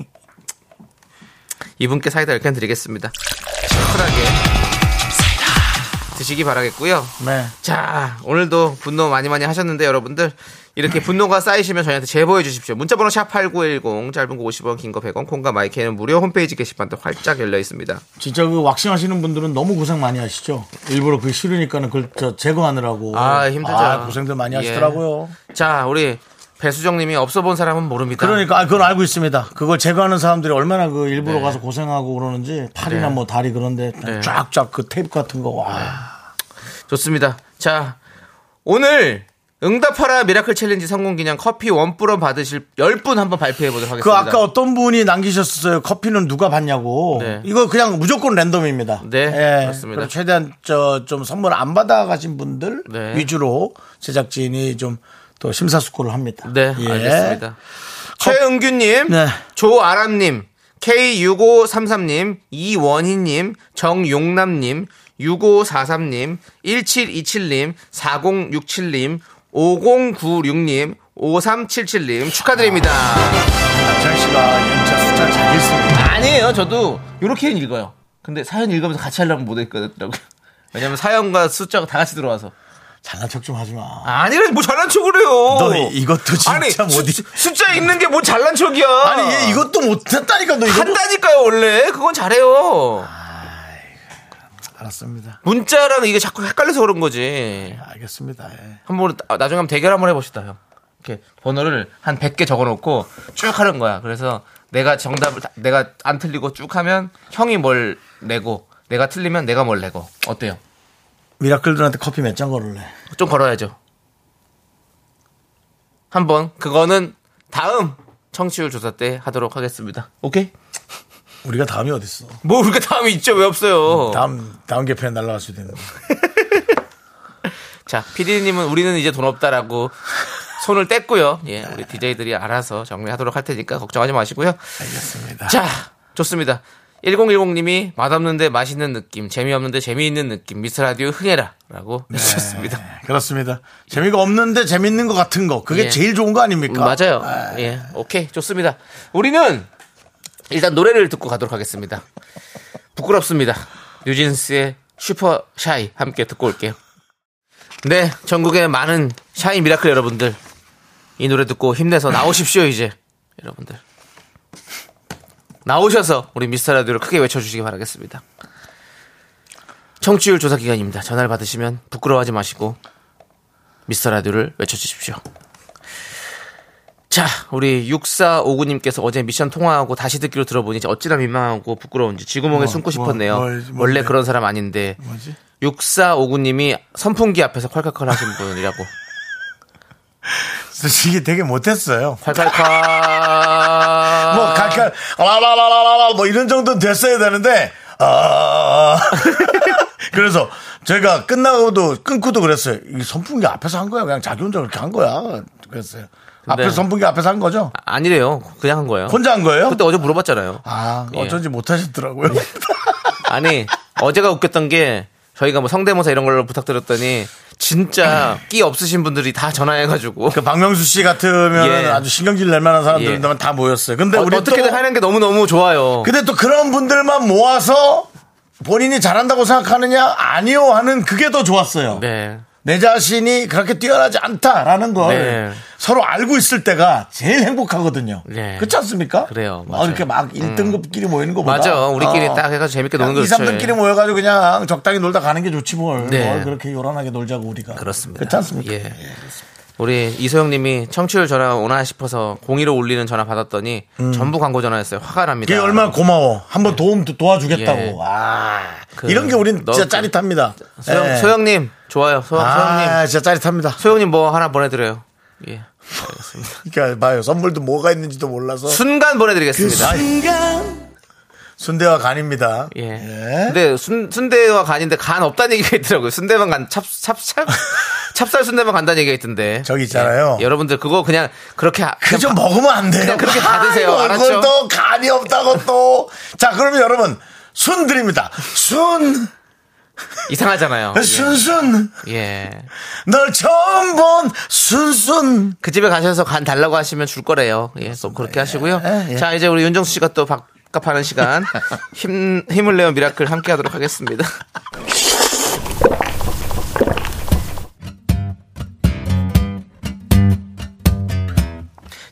B: 이분께 사이다 이렇게 드리겠습니다. 시원하게 드시기 바라겠고요.
A: 네.
B: 자, 오늘도 분노 많이 많이 하셨는데 여러분들 이렇게 분노가 쌓이시면 저희한테 제보해 주십시오. 문자번호 샵 8910, 짧은 거 50원, 긴 거 100원, 콩과 마이크는 무료 홈페이지 게시판도 활짝 열려 있습니다.
A: 진짜 그 왁싱 하시는 분들은 너무 고생 많이 하시죠. 일부러 그 싫으니까는 그걸 저 제거하느라고.
B: 아, 힘들죠.
A: 아, 고생들 많이
B: 예.
A: 하시더라고요.
B: 자, 우리 배수정 님이 없어 본 사람은 모릅니다.
A: 그러니까 아, 그건 알고 있습니다. 그걸 제거하는 사람들이 얼마나 그 일부러
B: 네.
A: 가서 고생하고 그러는지 팔이나
B: 네.
A: 뭐 다리 그런데
B: 네.
A: 쫙쫙 그 테이프 같은 거 와.
B: 좋습니다. 자, 오늘 응답하라 미라클 챌린지 성공 기념 커피 원뿌럼 받으실 10분 한번 발표해 보도록
A: 그
B: 하겠습니다.
A: 아까 어떤 분이 남기셨어요. 커피는 누가 받냐고.
B: 네.
A: 이거 그냥 무조건 랜덤입니다.
B: 네,
A: 예.
B: 그렇습니다.
A: 그리고 최대한 저 좀 선물 안 받아가신 분들
B: 네.
A: 위주로 제작진이 좀 또 심사숙고를 합니다.
B: 네,
A: 예.
B: 알겠습니다. 최은규님,
A: 네.
B: 조아람님, K6533님, 이원희님, 정용남님, 6543님, 1727님, 4067님, 5096님, 5377님 축하드립니다.
A: 남창 씨가 진짜 숫자 잘 읽습니다.
B: 아니에요, 저도 이렇게는 읽어요. 근데 사연 읽으면서 같이 하려면 못 읽거든요. 왜냐면 사연과 숫자가 다 같이 들어와서.
A: 장난 척 좀 하지 마.
B: 아니래, 뭐 잘난 척을 해요.
A: 너 이것도 진짜
B: 아니,
A: 못
B: 숫-
A: 읽-
B: 숫자 읽는 게 뭐 잘난 척이야.
A: 아니 얘 이것도 못했다니까 너 이거
B: 한다니까요 원래 그건 잘해요
A: 알았습니다
B: 문자랑 이게 자꾸 헷갈려서 그런 거지
A: 알겠습니다 예.
B: 한번 아, 나중에 한번 대결 한번 해봅시다 형 이렇게 번호를 한 100개 적어놓고 쭉 하는 거야 그래서 내가 정답을 다- 내가 안 틀리고 쭉 하면 형이 뭘 내고 내가 틀리면 내가 뭘 내고 어때요
A: 미라클들한테 커피 몇 잔 걸을래
B: 좀 걸어야죠 한번 그거는 다음 청취율 조사 때 하도록 하겠습니다 오케이
A: 우리가 다음이 어딨어
B: 뭐 우리가 다음이 있죠 왜 없어요
A: 다음 다음 개편에 날라갈 수도 있는데
B: 자, 피디님은 우리는 이제 돈 없다라고 손을 뗐고요. 예, 우리 DJ들이 알아서 정리하도록 할 테니까 걱정하지 마시고요.
A: 알겠습니다
B: 자, 좋습니다. 1010님이 맛없는데 맛있는 느낌, 재미없는데 재미있는 느낌, 미스라디오 흥해라. 라고 해주셨습니다.
A: 예, 그렇습니다. 재미가 없는데 재밌는 것 같은 거 그게
B: 예.
A: 제일 좋은 거 아닙니까?
B: 맞아요. 예, 오케이, 좋습니다. 우리는 일단 노래를 듣고 가도록 하겠습니다. 부끄럽습니다. 뉴진스의 슈퍼 샤이 함께 듣고 올게요. 네, 전국의 많은 샤이 미라클 여러분들 이 노래 듣고 힘내서 나오십시오 이제 여러분들 나오셔서 우리 미스터 라디오를 크게 외쳐주시기 바라겠습니다. 청취율 조사 기간입니다. 전화를 받으시면 부끄러워하지 마시고 미스터 라디오를 외쳐주십시오. 자, 우리 6459님께서 어제 미션 통화하고 다시 듣기로 들어보니 어찌나 민망하고 부끄러운지 지구멍에
A: 뭐,
B: 숨고
A: 뭐,
B: 싶었네요.
A: 뭘, 뭔데?
B: 원래 그런 사람 아닌데
A: 뭐지?
B: 6459님이 선풍기 앞에서 콸콸콸 하신 분이라고
A: 솔직히 되게 못했어요.
B: 콸콸콸
A: 뭐 갈갈 라라라라라 뭐 이런 정도는 됐어야 되는데 아 그래서 제가 끝나고도 끊고도 그랬어요. 이 선풍기 앞에서 한 거야. 그냥 자기 혼자 그렇게 한 거야. 그랬어요. 앞에
B: 네.
A: 서 선풍기 앞에서 한 거죠?
B: 아, 아니래요. 그냥 한 거예요.
A: 혼자 한 거예요?
B: 그때 어제 물어봤잖아요.
A: 아
B: 예.
A: 어쩐지 못하셨더라고요.
B: 아니 어제가 웃겼던 게 저희가 뭐 성대모사 이런 걸로 부탁드렸더니 진짜 끼 없으신 분들이 다 전화해가지고
A: 그 박명수 씨 같으면
B: 예.
A: 아주 신경질 낼 만한
B: 예.
A: 사람들은 다 모였어요. 근데
B: 어,
A: 우리
B: 떻게든
A: 또,
B: 하는 게 너무 너무 좋아요.
A: 근데 또 그런 분들만 모아서 본인이 잘한다고 생각하느냐 아니요 하는 그게 더 좋았어요.
B: 네.
A: 내 자신이 그렇게 뛰어나지 않다라는 걸
B: 네.
A: 서로 알고 있을 때가 제일 행복하거든요.
B: 네.
A: 그렇지 않습니까?
B: 그래요.
A: 막
B: 맞아요. 음.
A: 이렇게 막 1등급끼리 모이는 거보다
B: 맞아. 우리끼리
A: 어.
B: 딱 해가지고 재밌게 노는
A: 그냥
B: 거
A: 2,
B: 좋죠.
A: 3등끼리 모여가지고 그냥 적당히 놀다 가는 게 좋지 뭘.
B: 네.
A: 뭘 그렇게 요란하게 놀자고 우리가.
B: 그렇습니다.
A: 그렇지 않습니까?
B: 예. 우리 이소영님이 청취율 전화 오나 싶어서 공의로 울리는 전화 받았더니 전부 광고 전화였어요. 화가
A: 음.
B: 납니다.
A: 그게 얼마나 고마워. 한번 도움 도- 도와주겠다고.
B: 네. 예.
A: 아,
B: 그,
A: 이런 게 우린
B: 너
A: 진짜
B: 그-
A: 짜릿합니다.
B: 소영,
A: 예.
B: 소영님 좋아요. 소영, 소영님
A: 아, 진짜 짜릿합니다.
B: 소영님 뭐 하나 보내드려요. 예. 알겠습니다.
A: 그러니까 봐요. 선물도 뭐가 있는지도 몰라서.
B: 순간
A: 그
B: 보내드리겠습니다.
A: 순대와 간입니다.
B: 그 예.
A: 예.
B: 근데 순, 순대와 간인데 간 없다는 얘기가 있더라고요. 순대만 간, 찹, 찹, 찹, 찹쌀 순대만 간다는 얘기가 있던데.
A: 저기 있잖아요.
B: 예. 여러분들 그거 그냥 그렇게. 하-
A: 그
B: 그냥
A: 좀 먹으면 안 돼요.
B: 그냥 그렇게 받으세요.
A: 아이고,
B: 알았죠?
A: 그걸 또 간이 없다고 또. 자, 그러면 여러분. 순 드립니다. 순,
B: 이상하잖아요.
A: 순순.
B: 예. 예.
A: 널 처음 본 순순.
B: 그 집에 가셔서 간 달라고 하시면 줄 거래요. 예. 또 그렇게 하시고요.
A: 예, 예.
B: 자, 이제 우리 윤정수 씨가 또 밥값 하는 시간. 힘, 힘을 내어 미라클 함께 하도록 하겠습니다.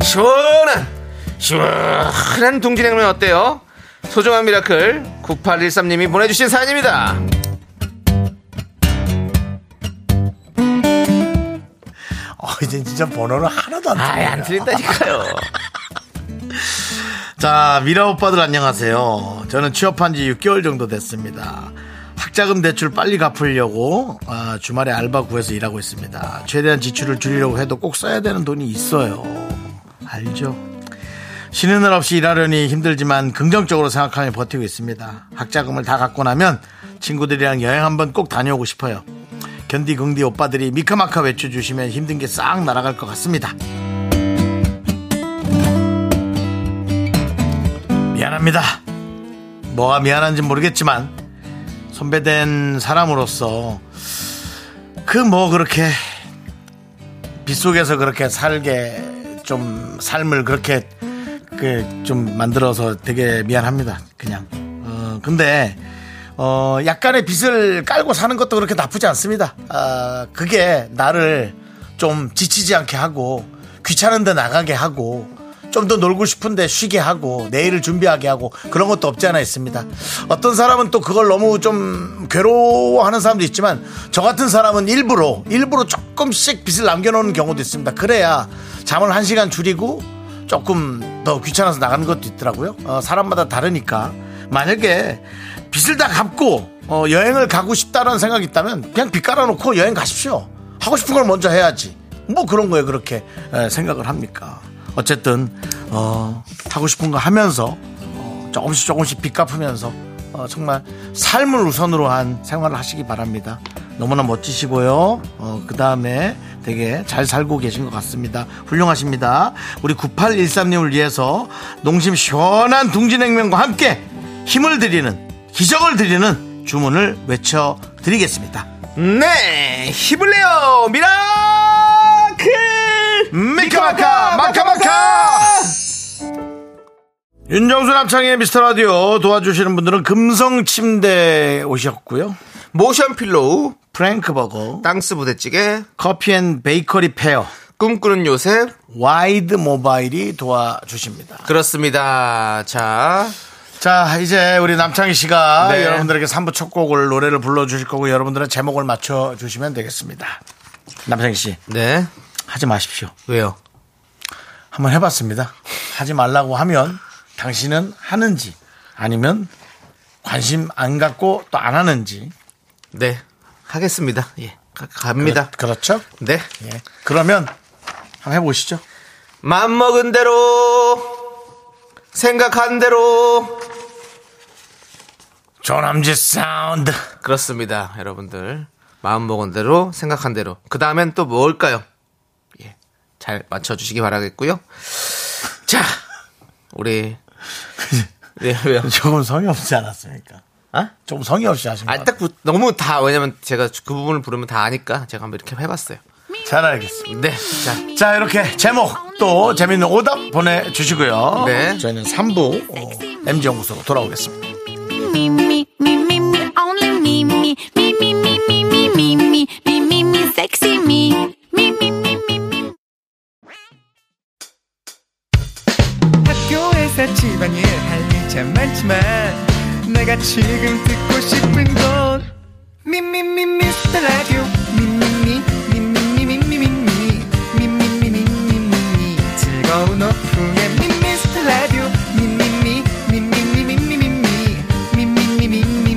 B: 시원한 시원한 동진냉면 어때요? 소중한 미라클 9813님이 보내주신 사연입니다.
A: 어, 이제 진짜 번호를 하나도 안
B: 아예 안 틀린다니까요.
A: 자, 미라 오빠들 안녕하세요. 저는 취업한 지 6개월 정도 됐습니다. 학자금 대출 빨리 갚으려고 아, 주말에 알바 구해서 일하고 있습니다. 최대한 지출을 줄이려고 해도 꼭 써야 되는 돈이 있어요. 알죠? 쉬는 날 없이 일하려니 힘들지만 긍정적으로 생각하며 버티고 있습니다. 학자금을 다 갖고 나면 친구들이랑 여행 한번 꼭 다녀오고 싶어요. 견디 긍디 오빠들이 미카마카 외쳐주시면 힘든 게 싹 날아갈 것 같습니다. 미안합니다. 뭐가 미안한지 모르겠지만 선배된 사람으로서 그 뭐 그렇게 빗속에서 그렇게 살게 좀 삶을 그렇게 그 좀 만들어서 되게 미안합니다. 그냥 어 근데 어 약간의 빚을 깔고 사는 것도 그렇게 나쁘지 않습니다. 아 그게 나를 좀 지치지 않게 하고 귀찮은데 나가게 하고 좀 더 놀고 싶은데 쉬게 하고 내일을 준비하게 하고 그런 것도 없지 않아 있습니다. 어떤 사람은 또 그걸 너무 좀 괴로워하는 사람도 있지만 저 같은 사람은 일부러 일부러 조금씩 빚을 남겨놓는 경우도 있습니다. 그래야 잠을 한 시간 줄이고 조금 더 귀찮아서 나가는 것도 있더라고요. 어, 사람마다 다르니까 만약에 빚을 다 갚고 어, 여행을 가고 싶다라는 생각이 있다면 그냥 빚 깔아놓고 여행 가십시오. 하고 싶은 걸 먼저 해야지. 뭐 그런 거에 그렇게 에, 생각을 합니까? 어쨌든 어, 하고 싶은 거 하면서 어, 조금씩 조금씩 빚 갚으면서 어, 정말 삶을 우선으로 한 생활을 하시기 바랍니다. 너무나 멋지시고요. 그 다음에 되게 잘 살고 계신 것 같습니다. 훌륭하십니다. 우리 9813님을 위해서 농심 시원한 둥지냉면과 함께 힘을 드리는 기적을 드리는 주문을 외쳐드리겠습니다.
B: 네, 힘을 내요, 미라클!
A: 미카마카 마카마카 윤정수 남창의 미스터 라디오 도와주시는 분들은 금성 침대 오셨고요.
B: 모션 필로우,
A: 프랭크 버거,
B: 땅스 부대찌개,
A: 커피 앤 베이커리 페어,
B: 꿈꾸는 요셉.
A: 와이드 모바일이 도와주십니다.
B: 그렇습니다. 자,
A: 자, 이제 우리 남창희 씨가
B: 네.
A: 여러분들에게 3부 첫 곡을 노래를 불러주실 거고 여러분들은 제목을 맞춰주시면 되겠습니다. 남창희 씨,
B: 네.
A: 하지 마십시오.
B: 왜요?
A: 한번 해봤습니다. 하지 말라고 하면 당신은 하는지 아니면 관심 안 갖고 또 안 하는지
B: 네. 하겠습니다. 예. 가- 갑니다.
A: 그, 렇죠
B: 네.
A: 예. 그러면 한번 해보시죠.
B: 맘 먹은 대로, 생각한 대로.
A: 조남지 사운드.
B: 그렇습니다. 여러분들. 마음 먹은 대로, 생각한 대로. 그 다음엔 또 뭘까요? 예. 잘 맞춰주시기 바라겠고요. 자, 우리. 네, 왜요?
A: 조금 성의 없지 않았습니까?
B: 아?
A: 조금 성의 없이 하신 것
B: 아,
A: 같아요.
B: 딱 부- 너무 다, 왜냐면 제가 그 부분을 부르면 다 아니까 제가 한번 이렇게 해봤어요.
A: 잘 알겠습니다.
B: 네. 자,
A: 자, 이렇게 제목 또 재밌는 오답 보내주시고요.
B: 네.
A: 저희는 3부 어, MG연구소로 돌아오겠습니다.
H: Me, me, me, me, me, only me, me, me, me, me, me, me, me, me, me, me, me, sexy me. Me, me, me, me, me.
G: 학교에서 집안일 할 일 참 많지만 내가 지금 듣고 싶은 건 미미미 미스터 라디오 미미미 미미미 미미미 미미미 미미미 즐거운 오후에 미스터 라디오 미미미 미미미 미미미 미미미 미미미 미미미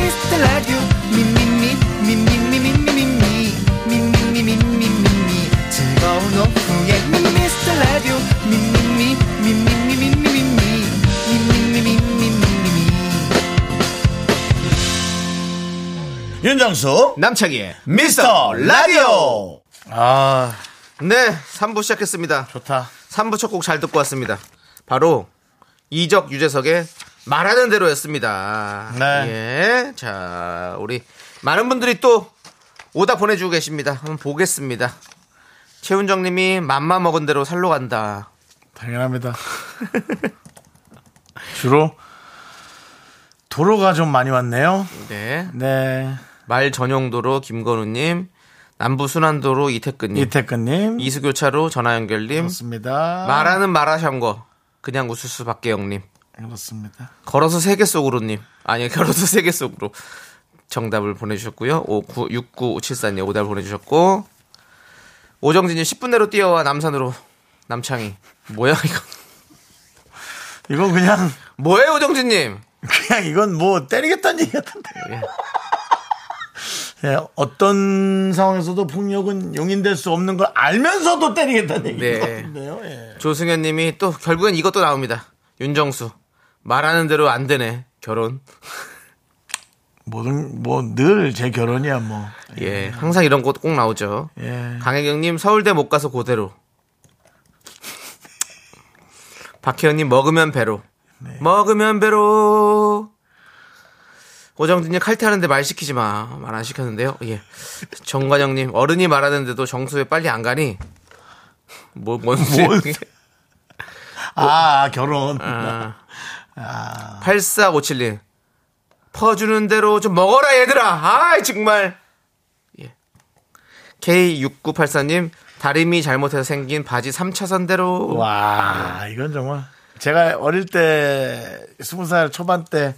G: 미스터 라디오 미미미 미미미 미미미 미미미 미미미 즐거운 오후에 미스터 라디오 미미미 미미미 미미미 미미미 미미미
A: 윤정수,
B: 남창희의.
A: 미스터 라디오! 아,
B: 네, 3부 시작했습니다.
A: 좋다.
B: 3부 첫 곡 잘 듣고 왔습니다. 바로 이적 유재석의 말하는 대로였습니다.
A: 네.
B: 예. 자, 우리 많은 분들이 또 오다 보내주고 계십니다. 한번 보겠습니다. 최훈정 님이 맘마 먹은 대로 살로 간다.
A: 당연합니다. 주로 도로가 좀 많이 왔네요.
B: 네.
A: 네.
B: 말 전용도로 김건우 님, 남부 순환도로 이태근 님,
A: 이태근님.
B: 이수교차로 전화연결 님,
A: 그렇습니다.
B: 말하는 말하샹거 그냥 우수수 박계영 님.
A: 그렇습니다.
B: 걸어서 세계 속으로님 아니 걸어서 세계 속으로 정답을 보내주셨고요 59, 6974님 오답 보내주셨고 오정진님 10분 내로 뛰어와 남산으로 남창희 뭐야 이거
A: 이건 그냥,
B: 뭐예요 오정진님
A: 그냥 이건 뭐 때리겠다는 얘기 같은데. 예, 어떤 상황에서도 폭력은 용인될 수 없는 걸 알면서도 때리겠다는 얘기
B: 네.
A: 같은데요. 예.
B: 조승현님이 또 결국엔 이것도 나옵니다 윤정수 말하는 대로 안 되네 결혼
A: 뭐든, 뭐 늘 제 결혼이야, 뭐.
B: 예 항상 이런 곳 꼭 나오죠
A: 예.
B: 강혜경님 서울대 못 가서 고대로 박혜연님 먹으면 배로 먹으면 배로 오정진님 칼퇴하는데 말 시키지 마말 안 시켰는데요 예 정관영님 어른이 말하는데도 정수에 빨리 안 가니 뭐뭔
A: 뭔 소리. 아, 결혼.
B: 아. 8457님 퍼주는 대로 좀 먹어라 얘들아 아 정말 예. K6984님 다림이 잘못해서 생긴 바지 3차선 대로 아.
A: 와, 이건 정말. 제가 어릴 때, 스무 살 초반 때,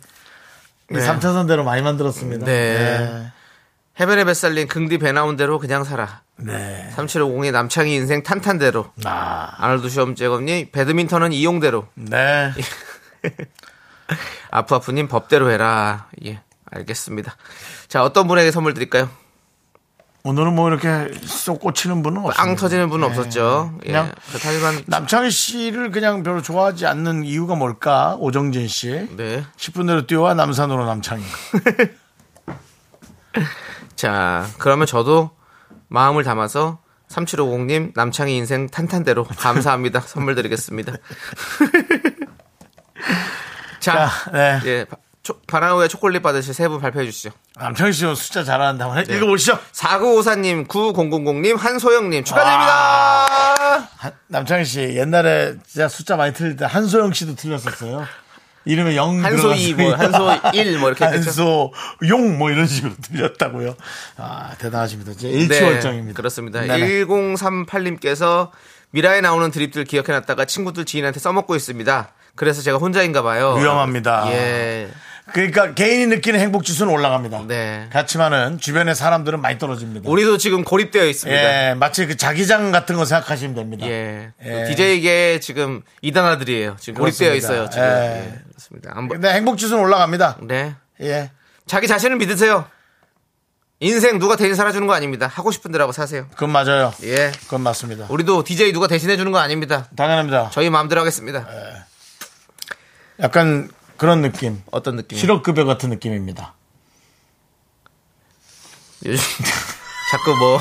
A: 이
B: 네.
A: 삼차선대로 많이 만들었습니다.
B: 네. 해변의 뱃살린 긍디 배 나온 대로 그냥 살아
A: 네.
B: 3750의 남창희 인생 탄탄대로
A: 네. 아,
B: 아놀드 시험제검님 배드민턴은 이용대로
A: 네.
B: 아프아프님 법대로 해라 예 알겠습니다 자 어떤 분에게 선물 드릴까요
A: 오늘은 뭐 이렇게 쏙 꽂히는 분은 없어요.
B: 빵 터지는 분은 없었죠
A: 네.
B: 예
A: 그냥
B: 그렇다지만
A: 남창희 씨를 그냥 별로 좋아하지 않는 이유가 뭘까? 오정진 씨.
B: 네
A: 10분 내로 뛰어와 남산으로 남창희.
B: 자, 그러면 저도 마음을 담아서 3750님 남창희 인생 탄탄대로 감사합니다. 선물 드리겠습니다. 자,
A: 자, 네.
B: 예. 바- 초- 바나우의 초콜릿 받으실 세 분 발표해 주시죠.
A: 남창희 씨는 숫자 잘하는데 한번
B: 네.
A: 해- 읽어보시죠.
B: 4954님, 9000님, 한소영님
A: 아,
B: 축하드립니다.
A: 한- 남창희 씨 옛날에 진짜 숫자 많이 틀릴 때 한소영 씨도 틀렸었어요. 이름에 영
B: 한소 이 뭐, 한소 일뭐 이렇게 했겠죠?
A: 한소 용 뭐 이런 식으로 틀렸다고요. 아 대단하십니다. 진짜 일치월장입니다.
B: 네. 그렇습니다.
A: 네네.
B: 1038님께서 미라에 나오는 드립들 기억해놨다가 친구들 지인한테 써먹고 있습니다. 그래서 제가 혼자인가 봐요.
A: 위험합니다.
B: 예.
A: 그러니까 개인이 느끼는 행복 지수는 올라갑니다.
B: 네.
A: 그렇지만은 주변의 사람들은 많이 떨어집니다.
B: 우리도 지금 고립되어 있습니다. 예.
A: 예, 마치 그 자기장 같은 거 생각하시면 됩니다. 예.
B: DJ계 지금 이단아들이에요. 지금 고립되어
A: 그렇습니다.
B: 있어요. 지금.
A: 예.
B: 예. 그렇습니다. 안 보-
A: 근데 행복 지수는 올라갑니다.
B: 네.
A: 예.
B: 자기 자신을 믿으세요. 인생 누가 대신 살아주는 거 아닙니다. 하고 싶은 대로 하고 사세요.
A: 그건 맞아요.
B: 예.
A: 그건 맞습니다.
B: 우리도 DJ 누가 대신해주는 거 아닙니다.
A: 당연합니다.
B: 저희 마음대로 하겠습니다.
A: 약간 그런 느낌.
B: 어떤 느낌?
A: 실업급여 같은 느낌입니다.
B: 요즘 자꾸 뭐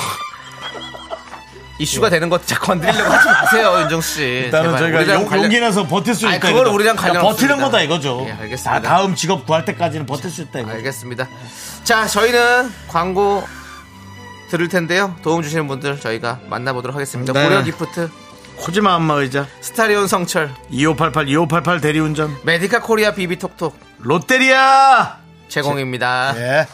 B: 이슈가 되는 것 자꾸 건드리려고 하지 마세요, 윤정수 씨.
A: 일단은
B: 제발.
A: 저희가
B: 우리랑
A: 용,
B: 관련-
A: 용기 내서 버틸 수
B: 아니,
A: 있다.
B: 그걸
A: 이거죠.
B: 우리랑 관련
A: 그러니까 버티는
B: 없습니다.
A: 거다 이거죠.
B: 예, 알겠습니다.
A: 다 다음 직업 구할 때까지는 버틸 수 있다 이거죠.
B: 알겠습니다. 자, 저희는 광고 들을 텐데요. 도움 주시는 분들 저희가 만나보도록 하겠습니다.
A: 네.
B: 고려 기프트,
A: 코지마 안마 의자,
B: 스타리온 성철,
A: 2588, 2588 대리운전,
B: 메디카 코리아 비비톡톡
A: 롯데리아!
B: 제공입니다.
A: 예.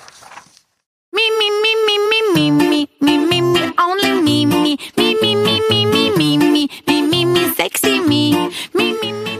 H: Me, me, me, me, me, me, me, me, me, me, only me, me, me, me, me, me, me, me, me, me, me, me, sexy me, me, me, me.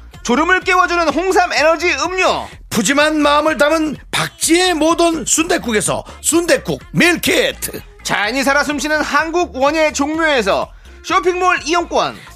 B: 졸음을 깨워주는 홍삼 에너지 음료
A: 푸짐한 마음을 담은 박지의 모던 순댓국에서 순댓국 밀키트
B: 자연이 살아 숨쉬는 한국 원예 종묘에서 쇼핑몰 이용권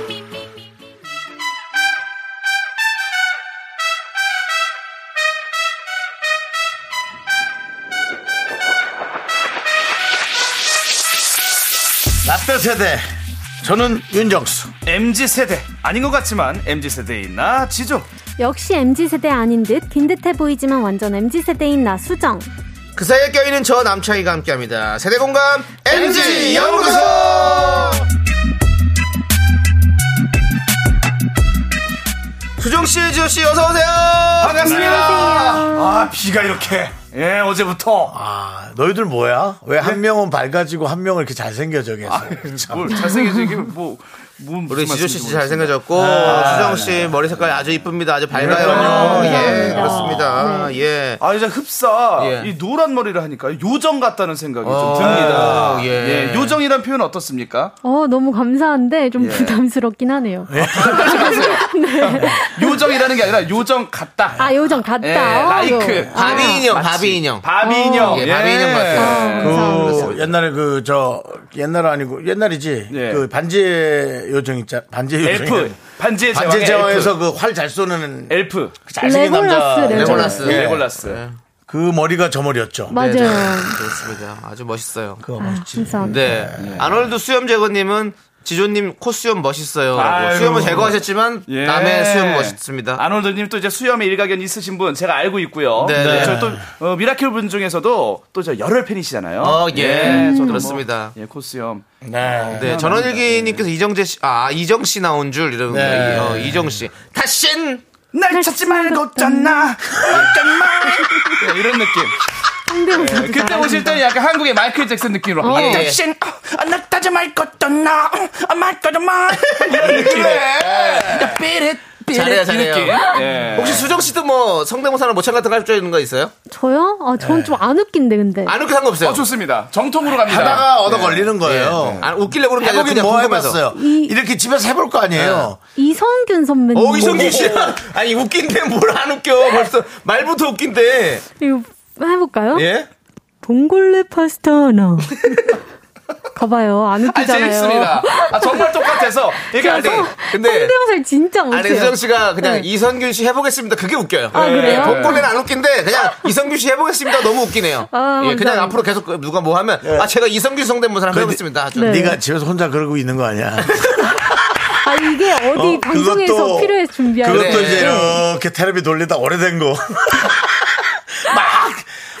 H: me, me.
A: 라떼 세대 저는 윤정수
G: MZ 세대 아닌 것 같지만 MZ 세대인 나 지조.
J: 역시 MZ세대 아닌 듯 긴 듯해 보이지만 완전 MZ세대인 나 수정
B: 그 사이에 껴있는 저 남창희가 함께합니다 세대공감 MG 연구소 수정씨 지호씨 어서오세요 반갑습니다
G: 아 비가 이렇게. 예 어제부터. 네.
A: 아 너희들 뭐야? 왜 한 명은 밝아지고 한 명은 이렇게 잘생겨져 계세요
G: 아,
A: 그
G: 뭘 잘생겨진 게뭐 뭐,
B: 우리 지조씨 진짜 잘생겨졌고 수정씨
G: 네.
B: 머리 색깔 아주 이쁩니다 아주 밝아요
A: 그러니까요.
B: 예
J: 감사합니다.
B: 그렇습니다 예
G: 아 이제 흡사
B: 예.
G: 이 노란 머리를 하니까 요정 같다는 생각이
B: 어,
G: 좀 듭니다.
B: 예.
G: 예. 요정이란 표현 어떻습니까?
J: 어 너무 감사한데
G: 예.
J: 좀 부담스럽긴 하네요
G: 요정이라는 게 아니라 요정 같다.
J: 아 요정
G: 예,
J: 같다
G: 라이크
B: 그 바비 인형 바비 인형
G: 바비 인형. 어,
B: 예, 바비 인형 같아요
A: 그 옛날에 그 저 옛날 아니고 옛날이지
G: 예.
A: 그 반지의 요정 있잖아 반지의 요정
G: 엘프 반지의
A: 반지의
G: 제왕의
A: 제왕에서
G: 엘프.
A: 그 활 잘 쏘는
G: 엘프
A: 그 잘생긴 남자
J: 레골라스,
B: 레골라스.
A: 예.
G: 레골라스.
A: 그 머리가 저 머리였죠
J: 맞아요
B: 네, 네, 그렇습니다 아주 멋있어요
A: 그거 멋있지
J: 감사합니다
B: 네 아놀드 수염 제거님은 지조님 코 수염 멋있어요
G: 아유.
B: 수염을 제거하셨지만
G: 예.
B: 남의 수염 멋있습니다
G: 아놀드님 또 이제 수염에 일가견 있으신 분 제가 알고 있고요.
B: 네, 네.
G: 저또 어, 미라클 분 중에서도 또 저 열혈 팬이시잖아요.
B: 어, 예.
G: 저도
B: 그렇습니다.
G: 뭐, 예, 코수염.
A: 네.
B: 네, 전원일기님께서 이정재 씨, 아, 이정 씨 나온 줄, 이런,
A: 네.
B: 거, 어, 이정 씨. 다신!
G: 날 찾지 말고 짠나. 짠나. 네, 이런 느낌.
J: 상대모사
B: 네.
G: 그때 오실 때는 약간 한국의 마이클 잭슨 느낌으로.
J: 어.
G: 아, 다신, 아, 나 따지 말고 짠나. 아, 말고 짠나. 이런 느낌. 야, 삐릿. 삐릿
B: 잘해요,
G: 이
B: 잘해요.
G: 느낌. 예.
B: 혹시 수정 씨도 뭐 성대모사나 모창 같은 거 할 줄 아는 거 있어요?
J: 저요? 아, 전 좀 안 웃긴데, 근데.
B: 안 웃겨 상관없어요.
G: 어, 좋습니다. 정통으로 갑니다.
A: 하다가 얻어
G: 네.
A: 걸리는 거예요.
B: 안 웃기려고 그런 게 아니라
A: 해보긴
B: 그냥
A: 뭐
B: 궁금해서.
A: 해봤어요.
J: 이-
A: 이렇게 집에서 해볼 거 아니에요.
J: 이성균 선배님.
B: 네. 어, 이성균 씨. 아니, 웃긴데 뭘 안 웃겨. 벌써 말부터 웃긴데.
J: 이거 해볼까요?
B: 예?
J: 봉골레 파스타 하나. 봐봐요, 안
G: 아,
J: 웃기잖아요.
G: 재밌습니다. 아, 정말 똑같아서.
B: 그러니까 안 돼. 근데.
J: 성대모사를 진짜 못해요.
B: 아니, 수정 씨가 그냥
J: 네.
B: 이선균 씨 해보겠습니다. 그게 웃겨요. 네.
J: 아, 그래요?
B: 복권에는 안 웃긴데, 그냥 이선균 씨 해보겠습니다. 너무 웃기네요.
J: 아,
B: 예, 그냥
J: 감사합니다.
B: 앞으로 계속 누가 뭐 하면,
A: 네.
B: 아, 제가 이선균 성대모사를
A: 그
B: 한번 해보겠습니다. 아주.
J: 네.
A: 네가 집에서 혼자 그러고 있는 거 아니야.
J: 아, 이게 어디
A: 어,
J: 방송에서
A: 그것도-
J: 필요해서 준비하는
A: 그것도
B: 그래.
A: 이제 이렇게 테레비 돌리다 오래된 거. 막,